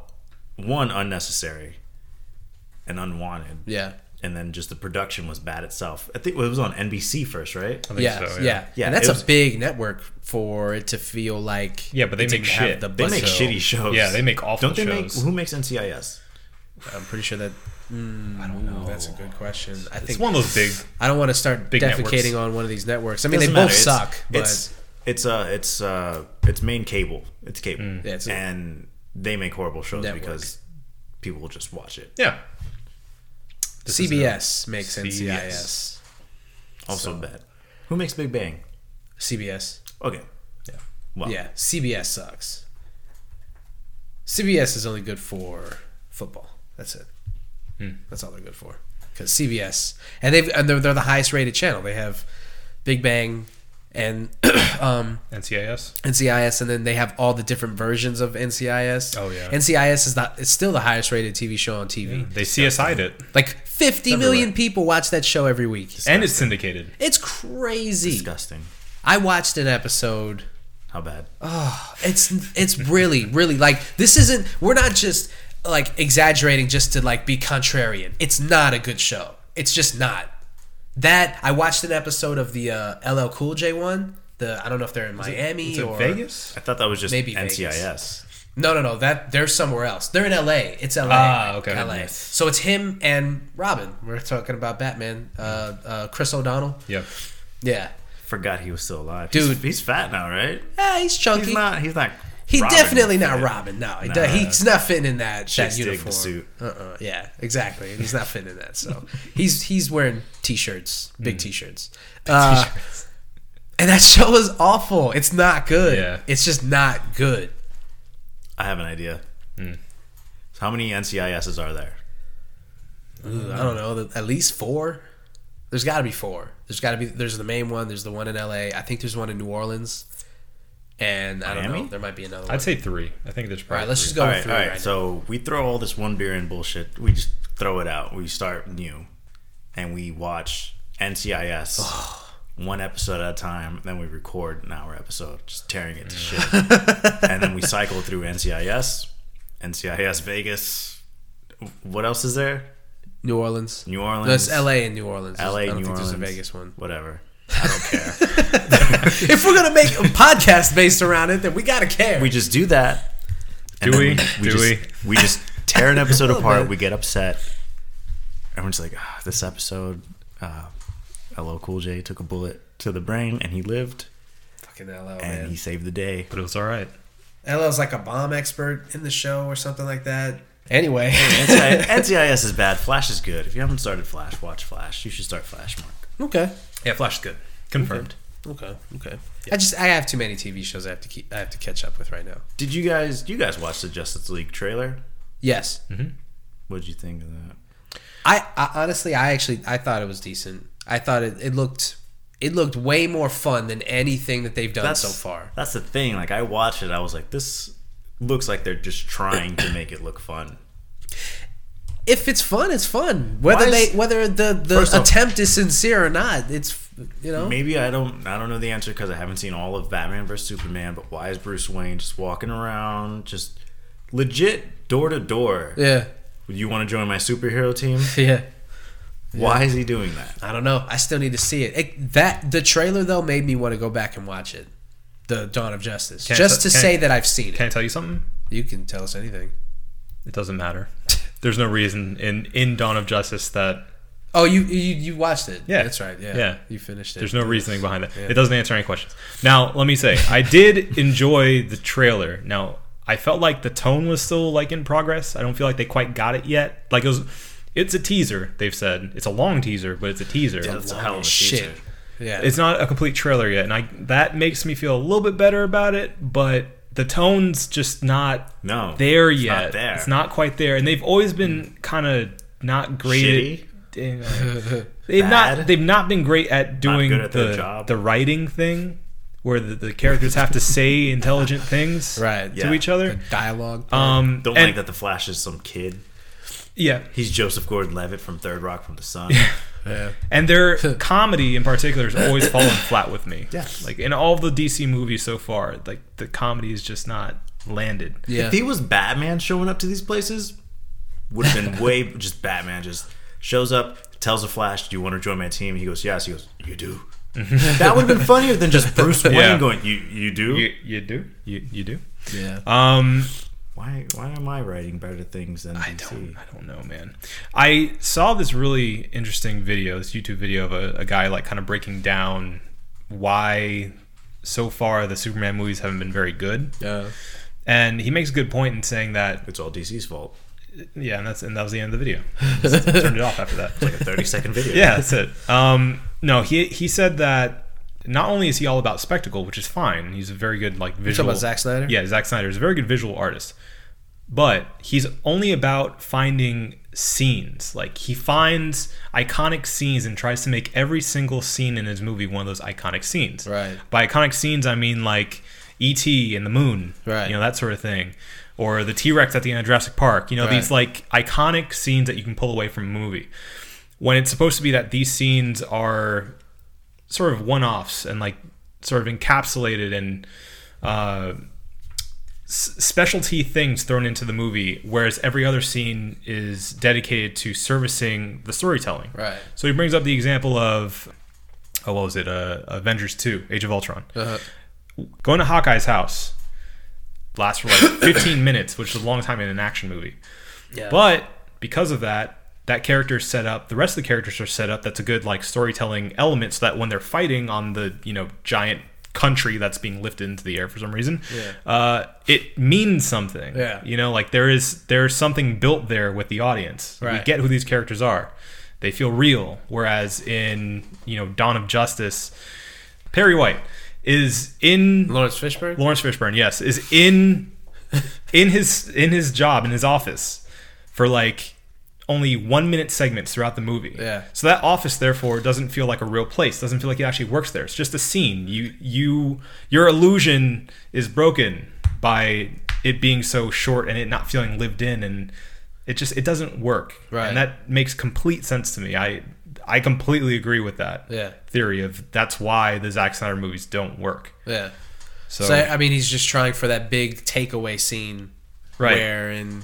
S1: one unnecessary and unwanted,
S3: Yeah.
S1: and then just the production was bad itself. I think it was on NBC first, right?
S2: I think
S3: Yeah,
S2: so,
S3: yeah,
S1: Yeah,
S3: and that's
S1: it
S3: a
S1: was-
S3: big network for it to feel like.
S2: Yeah, but they
S3: it
S2: make
S3: didn't have
S2: shit.
S3: The
S1: They make
S3: buzz-
S1: shitty shows.
S2: Yeah, they make awful
S1: Don't they
S2: shows.
S1: make who makes NCIS?
S3: I'm pretty sure that. I don't know. That's a good question. I think
S2: It's one of those big.
S3: I don't want to start
S2: Big
S3: defecating
S2: networks.
S3: on one of these networks. I mean,
S1: Doesn't
S3: they both
S1: matter. It's-
S3: suck, but
S1: It's it's uh it's uh it's main cable. It's cable,
S2: Mm.
S3: Yeah, it's a-
S1: and they make horrible shows
S3: Network.
S1: because people will just watch it.
S2: Yeah. This is a-
S3: CBS makes
S2: CBS.
S3: NCIS.
S1: Also bad. Who makes Big Bang?
S3: CBS.
S1: Okay,
S2: Yeah.
S1: well,
S3: Yeah, CBS sucks. CBS is only good for football. That's it.
S2: Hmm.
S3: That's all they're good for. Because CBS and they've and they're, they're the highest rated channel. They have Big Bang and um,
S2: NCIS.
S3: NCIS, and then they have all the different versions of NCIS.
S2: Oh, yeah.
S3: NCIS is the it's still the highest rated TV show on TV.
S2: They CSI'd it,
S3: Like fifty million
S2: Everywhere.
S3: people watch that show every week.
S2: and it's syndicated.
S3: It's crazy.
S1: disgusting.
S3: I watched an episode
S1: How bad?
S3: it's it's really really like this isn't we're not just like exaggerating just to like be contrarian it's not a good show it's just not that i watched an episode of the uh, ll cool j one the i don't know if they're in miami
S2: Is it
S3: or
S2: Vegas?
S1: I thought that was just
S3: Maybe Vegas.
S1: NCIS.
S3: no no no that they're somewhere else they're in la it's la
S2: Ah, okay.
S3: la
S2: Yes.
S3: so it's him and robin we're talking about batman uh, uh, chris o'donnell
S2: Yep.
S3: yeah
S1: Forgot he was still alive,
S3: Dude.
S1: He's, he's fat now, right?
S3: ah, he's chunky
S1: He's not. He's not.
S3: He
S1: Robin
S3: definitely
S1: was
S3: not
S1: fit.
S3: Robin. No, he
S1: Nah.
S3: does, he's not fitting in that, that
S1: Chicks dig the
S3: uniform.
S1: suit.
S3: Uh-uh. Yeah, exactly. And he's not fitting in that. So he's he's wearing t-shirts, big
S1: Mm.
S3: t-shirts. Uh, and that show is awful. It's not good.
S2: Yeah.
S3: It's just not good.
S1: I have an idea.
S3: Hmm.
S1: So how many NCISs are there?
S3: Ooh, I don't know. th- At least four. There's got to be four. There's got to be. There's the main one. There's the one in L.A. I think there's one in New Orleans. And I don't know.
S1: Miami?
S3: There might be another one.
S2: I'd say three. I think there's
S3: all
S2: probably.
S3: right, let's
S2: three.
S3: just go
S1: all
S3: through.
S1: right, all right.
S3: right now.
S1: so we throw all this one beer and bullshit. We just throw it out. We start new, and we watch NCIS one episode at a time. Then we record an hour episode, just tearing it to shit, and then we cycle through NCIS, NCIS Vegas. What else is there?
S3: New Orleans.
S1: New
S3: No, it's
S1: Orleans,
S3: L.A. and New Orleans. There's-
S1: LA,
S3: I don't
S1: New
S3: think
S1: Orleans,
S3: there's a Vegas one.
S1: Whatever. I don't care.
S3: if we're gonna make a podcast based around it, then we gotta care.
S1: we just do that. and
S2: Do
S1: then
S2: we? Do
S1: just, we? just tear an episode
S3: little
S1: apart.
S3: bit.
S1: We get upset. Everyone's like, ah, this episode, uh, LL Cool J took a bullet to the brain and he lived.
S3: Fucking LL,
S1: and
S3: man.
S1: he saved the day.
S2: but it was all right.
S3: LL's like a bomb expert in the show or something like that. Anyway,
S1: NCIS, NCIS is bad. Flash is good. If you haven't started Flash, watch Flash. You should start Flash, Mark.
S3: okay,
S2: Yeah, Flash is good. Confirmed.
S3: okay, okay. I just I have too many TV shows I have to keep I have to catch up with right now.
S1: Did you guys? You guys watch the Justice League trailer?
S3: Yes,
S1: Mm-hmm. What did you think of that?
S3: I, I honestly I actually I thought it was decent. I thought it, it looked it looked way more fun than anything that they've done so far.
S1: That's the thing. Like I watched it, I was like, this looks like they're just trying to make it look fun.
S3: If it's fun, it's fun. Whether
S1: Why is-
S3: they whether the the
S1: First off-
S3: attempt is sincere or not, it's you know.
S1: Maybe I don't. I don't know the answer because I haven't seen all of Batman vs Superman. But why is Bruce Wayne just walking around, just legit door to door?
S3: Yeah,
S1: You want to join my superhero team?
S3: yeah.
S1: Why is he doing that?
S3: I don't know. I still need to see it. it that the trailer though made me want to go back and watch it. The Dawn of Justice,
S2: Can't
S3: just
S2: t-
S3: to
S2: can't-
S3: say that I've seen it.
S2: Can I tell you something?
S3: You can tell us anything.
S2: It doesn't matter. There's no reason in in Dawn of Justice that
S3: Oh, you you, you watched it?
S2: Yeah.
S3: that's right. Yeah,
S2: Yeah.
S3: You finished it.
S2: There's no reasoning behind that. It doesn't answer any questions. Now, let me say, I did enjoy the trailer. Now, I felt like the tone was still like in progress. I don't feel like they quite got it yet. Like it was, it's a teaser. They've said it's a long teaser, but it's a teaser.
S1: That's a hell of a
S3: shit.
S1: teaser.
S3: Yeah,
S2: It's not a complete trailer yet, and I that makes me feel a little bit better about it. But the tone's just not
S1: No,
S2: there
S1: it's
S2: yet.
S1: Not there.
S2: It's not quite there, and they've always been kind of not great. at- they've
S1: Bad.
S2: not they've not been great at doing
S1: good at their
S2: the
S1: job.
S2: the writing thing, where the, the characters have to say intelligent things
S3: Right,
S2: to
S1: yeah.
S2: each other.
S3: dialogue.
S2: Um,
S1: Don't
S2: and-
S1: like that the Flash is some kid.
S2: Yeah,
S1: He's Joseph Gordon-Levitt from Third Rock from the Sun.
S3: yeah.
S2: and their comedy in particular has always fallen flat with me.
S1: Yeah.
S2: like in all the DC movies so far, like the comedy is just not landed.
S3: Yeah.
S1: If he was Batman showing up to these places, would have been way just Batman just shows up, tells the Flash, "Do you want to join my team?" He goes, "Yes." He goes, "You do." that would have been funnier than just Bruce Wayne
S2: Yeah.
S1: going, "You you do."
S2: You you do you you do.
S3: yeah.
S2: Um,
S1: why why am I writing better things than
S2: I
S1: DC?
S2: don't, I don't know, man. I saw this really interesting video, this YouTube video of a, a guy like kind of breaking down why so far the Superman movies haven't been very good,
S3: Yeah.
S2: and he makes a good point in saying that
S1: It's all DC's fault.
S2: yeah, and that's and that was the end of the video. Just turned it off after that.
S1: Like a thirty second video.
S2: Yeah, that's it. Um, no, he he said that not only is he all about spectacle, which is fine. He's a very good like visual.
S3: about Zack Snyder?
S2: Yeah, Zack Snyder is a very good visual artist, but he's only about finding scenes. Like he finds iconic scenes and tries to make every single scene in his movie one of those iconic scenes.
S3: Right.
S2: By iconic scenes, I mean like E.T. and the moon.
S3: Right.
S2: You know that sort of thing. Or the T Rex at the end of Jurassic Park. You know, these
S3: Right.
S2: like iconic scenes that you can pull away from a movie when it's supposed to be that these scenes are sort of one-offs and like sort of encapsulated and uh, s- specialty things thrown into the movie, whereas every other scene is dedicated to servicing the storytelling.
S3: Right.
S2: So he brings up the example of oh, what was it? Uh, Avengers Two: Age of Ultron.
S3: Uh-huh.
S2: Going to Hawkeye's house lasts for like 15 minutes, which is a long time in an action movie.
S3: Yeah.
S2: But because of that, that character is set up. The rest of the characters are set up. That's a good like storytelling element, so that when they're fighting on the you know giant country that's being lifted into the air for some reason,
S3: Yeah.
S2: uh, it means something.
S3: Yeah.
S2: You know, like there is there's something built there with the audience. We
S3: Right.
S2: get who these characters are. They feel real. Whereas in you know Dawn of Justice, Perry White is in
S3: Lawrence Fishburne.
S2: Lawrence Fishburne, yes, is in in his in his job in his office for like only one minute segments throughout the movie.
S3: Yeah.
S2: So that office therefore doesn't feel like a real place. Doesn't feel like he actually works there. It's just a scene. You you your illusion is broken by it being so short and it not feeling lived in and it just it doesn't work.
S3: Right.
S2: And that makes complete sense to me. I I completely agree with that
S3: Yeah.
S2: theory of that's why the Zack Snyder movies don't work.
S3: yeah.
S2: So,
S3: So, I mean, he's just trying for that big takeaway scene,
S2: Right.
S3: Where and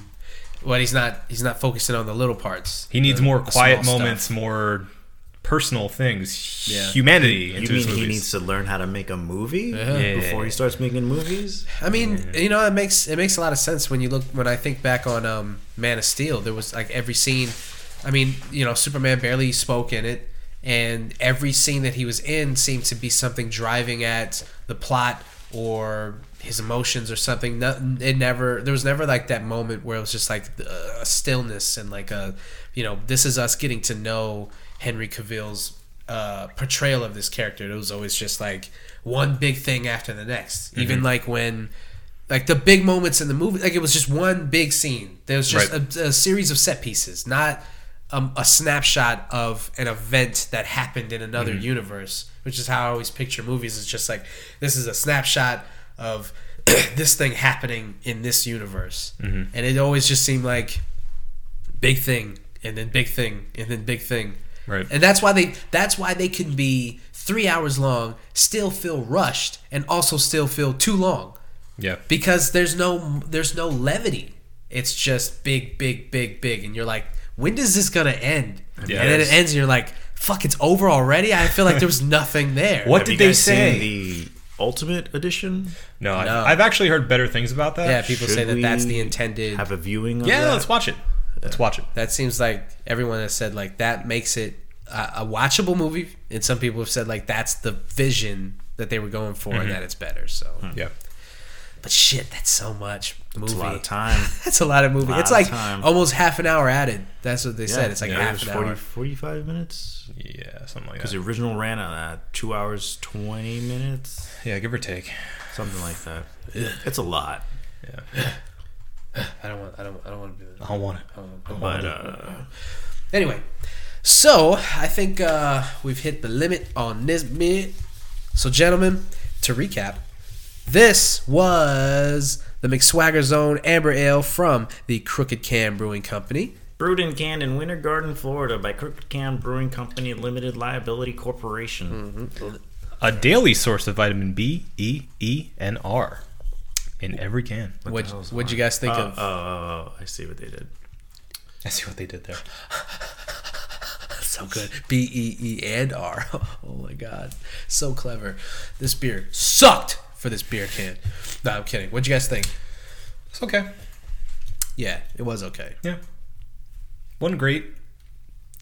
S3: what he's not he's not focusing on the little parts.
S2: He needs more
S3: the
S2: quiet
S3: small
S2: moments,
S3: stuff.
S2: more personal things,
S3: Yeah.
S2: humanity
S1: You
S2: into
S1: mean
S2: his
S1: he
S2: movies.
S1: needs to learn how to make a movie
S2: Yeah.
S1: before he starts making movies?
S3: I mean, you know, it makes it makes a lot of sense when you look when I think back on um, Man of Steel. There was like every scene. I mean, you know, Superman barely spoke in it, and every scene that he was in seemed to be something driving at the plot or his emotions or something. No, it never there was never like that moment where it was just like uh, a stillness and like a you know this is us getting to know Henry Cavill's uh, portrayal of this character. It was always just like one big thing after the next. Even like when like the big moments in the movie, like it was just one big scene. There was just
S2: Right.
S3: a, a series of set pieces, not um, a snapshot of an event that happened in another universe. Which is how I always picture movies. It's just like this is a snapshot of this thing happening in this universe, and it always just seemed like big thing and then big thing and then big thing
S2: Right.
S3: and that's why they that's why they can be three hours long still feel rushed and also still feel too long
S2: Yeah.
S3: because there's no there's no levity it's just big big big big and you're like when is this gonna end
S2: Yeah.
S3: and then it ends and you're like fuck it's over already i feel like there was nothing there
S2: What
S1: Have
S2: did
S1: you
S2: they
S1: guys seen
S2: say?
S1: the Ultimate Edition?
S2: No,
S3: No.
S2: I've, I've actually heard better things about that.
S3: yeah people say
S1: Should
S3: that that's the
S1: we
S3: intended
S1: Have a viewing. Of
S2: Yeah,
S1: that?
S2: let's watch it. Let's watch it.
S3: that seems like everyone has said like that makes it a, a watchable movie and some people have said like that's the vision that they were going for
S1: Mm-hmm.
S3: and that it's better so
S2: Yeah.
S3: but shit that's so much movie
S1: Hmm. It's a lot of time.
S3: that's a lot of movie
S1: Lot
S3: it's
S1: of
S3: like
S1: time.
S3: almost half an hour added that's what they said it's like
S1: yeah,
S3: half
S1: it
S3: an
S1: was 40,
S3: hour
S1: 45 minutes.
S2: Yeah, something like
S1: Because
S2: that.
S1: the original ran on uh, two hours twenty minutes,
S2: Yeah, give or take.
S1: something like that. It's a lot,
S2: Yeah.
S3: i don't want i don't i don't want to do that
S2: I don't want it.
S3: I don't wanna- I don't
S1: but
S3: wanna do
S1: uh,
S3: that. anyway so i think uh we've hit the limit on this bit so gentlemen to recap This was the McSwagger Zone Amber Ale from the Crooked Can Brewing Company.
S1: brewed and canned in Winter Garden, Florida, by Crooked Can Brewing Company Limited Liability Corporation.
S2: Hmm, A daily source of vitamin B, E, E, and R in every can.
S3: What
S1: hell's
S3: what'd you guys think
S1: Oh,
S3: of?
S1: oh, oh, oh, I see what they did.
S2: I see what they did there.
S3: so good. B E E and R. Oh my god, so clever. This beer sucked for this beer can. No, I'm kidding. What'd you guys think?
S2: It's okay.
S3: Yeah, it was okay.
S2: Yeah. One great.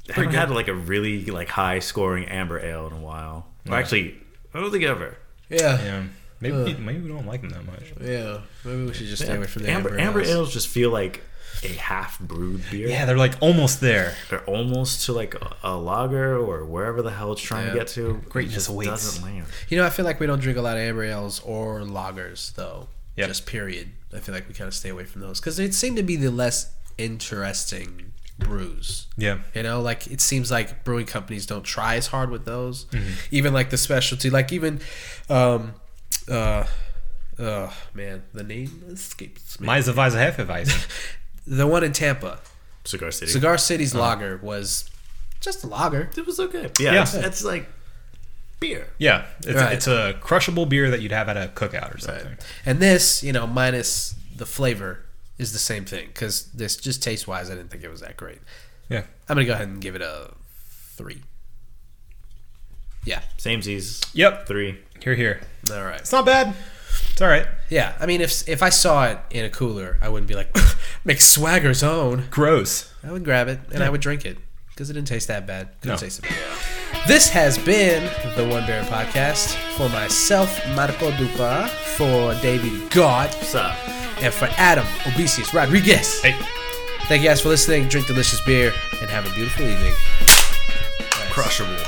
S1: I haven't had like a really like high scoring amber ale in a while. Well, actually, I don't think ever.
S3: Yeah,
S2: Yeah. Maybe, maybe we don't like them that much.
S3: yeah. Maybe we should just stay away from the
S1: amber,
S3: amber,
S1: amber
S3: ales.
S1: ales just feel like a half brewed beer.
S2: Yeah, they're like almost there.
S1: They're almost to like a, a lager or wherever the hell it's trying
S3: Yeah.
S1: to get to.
S2: Greatness
S1: It just
S2: awaits.
S1: Doesn't land.
S3: You know, I feel like we don't drink a lot of amber ales or lagers though.
S2: Yep.
S3: Just period. I feel like we kind of stay away from those because they seem to be the less interesting brews.
S2: Yeah.
S3: You know, like it seems like brewing companies don't try as hard with those.
S1: Mm-hmm.
S3: Even like the specialty, like even, um, uh, oh man, the name escapes me.
S2: Mine's a Visa half advice.
S3: the one in Tampa,
S1: Cigar City.
S3: Cigar City's lager was just a lager.
S1: Uh-huh. it was okay. Yeah,
S2: Yeah.
S1: It's, it's like beer.
S2: Yeah. It's,
S3: Right.
S2: it's a crushable beer that you'd have at a cookout or something.
S3: And this, you know, minus the flavor, is the same thing because this just taste wise, I didn't think it was that great.
S2: Yeah.
S3: I'm gonna go ahead and give it a three. Yeah.
S1: Same Z's.
S2: Yep.
S1: Three.
S2: Here, here.
S3: All right.
S2: It's not bad. It's all right.
S3: Yeah, I mean, if if I saw it in a cooler, I wouldn't be like, make swagger's own.
S2: Gross.
S3: I would grab it and I would drink it because it didn't taste that bad. Couldn't
S2: No.
S3: taste it. This has been the One Baron Podcast for myself, Marco Dupa, for David God,
S1: What's up?
S3: and for Adam Obesius Rodriguez.
S2: Hey.
S3: Thank you guys for listening. Drink delicious beer and have a beautiful evening.
S1: Crushable.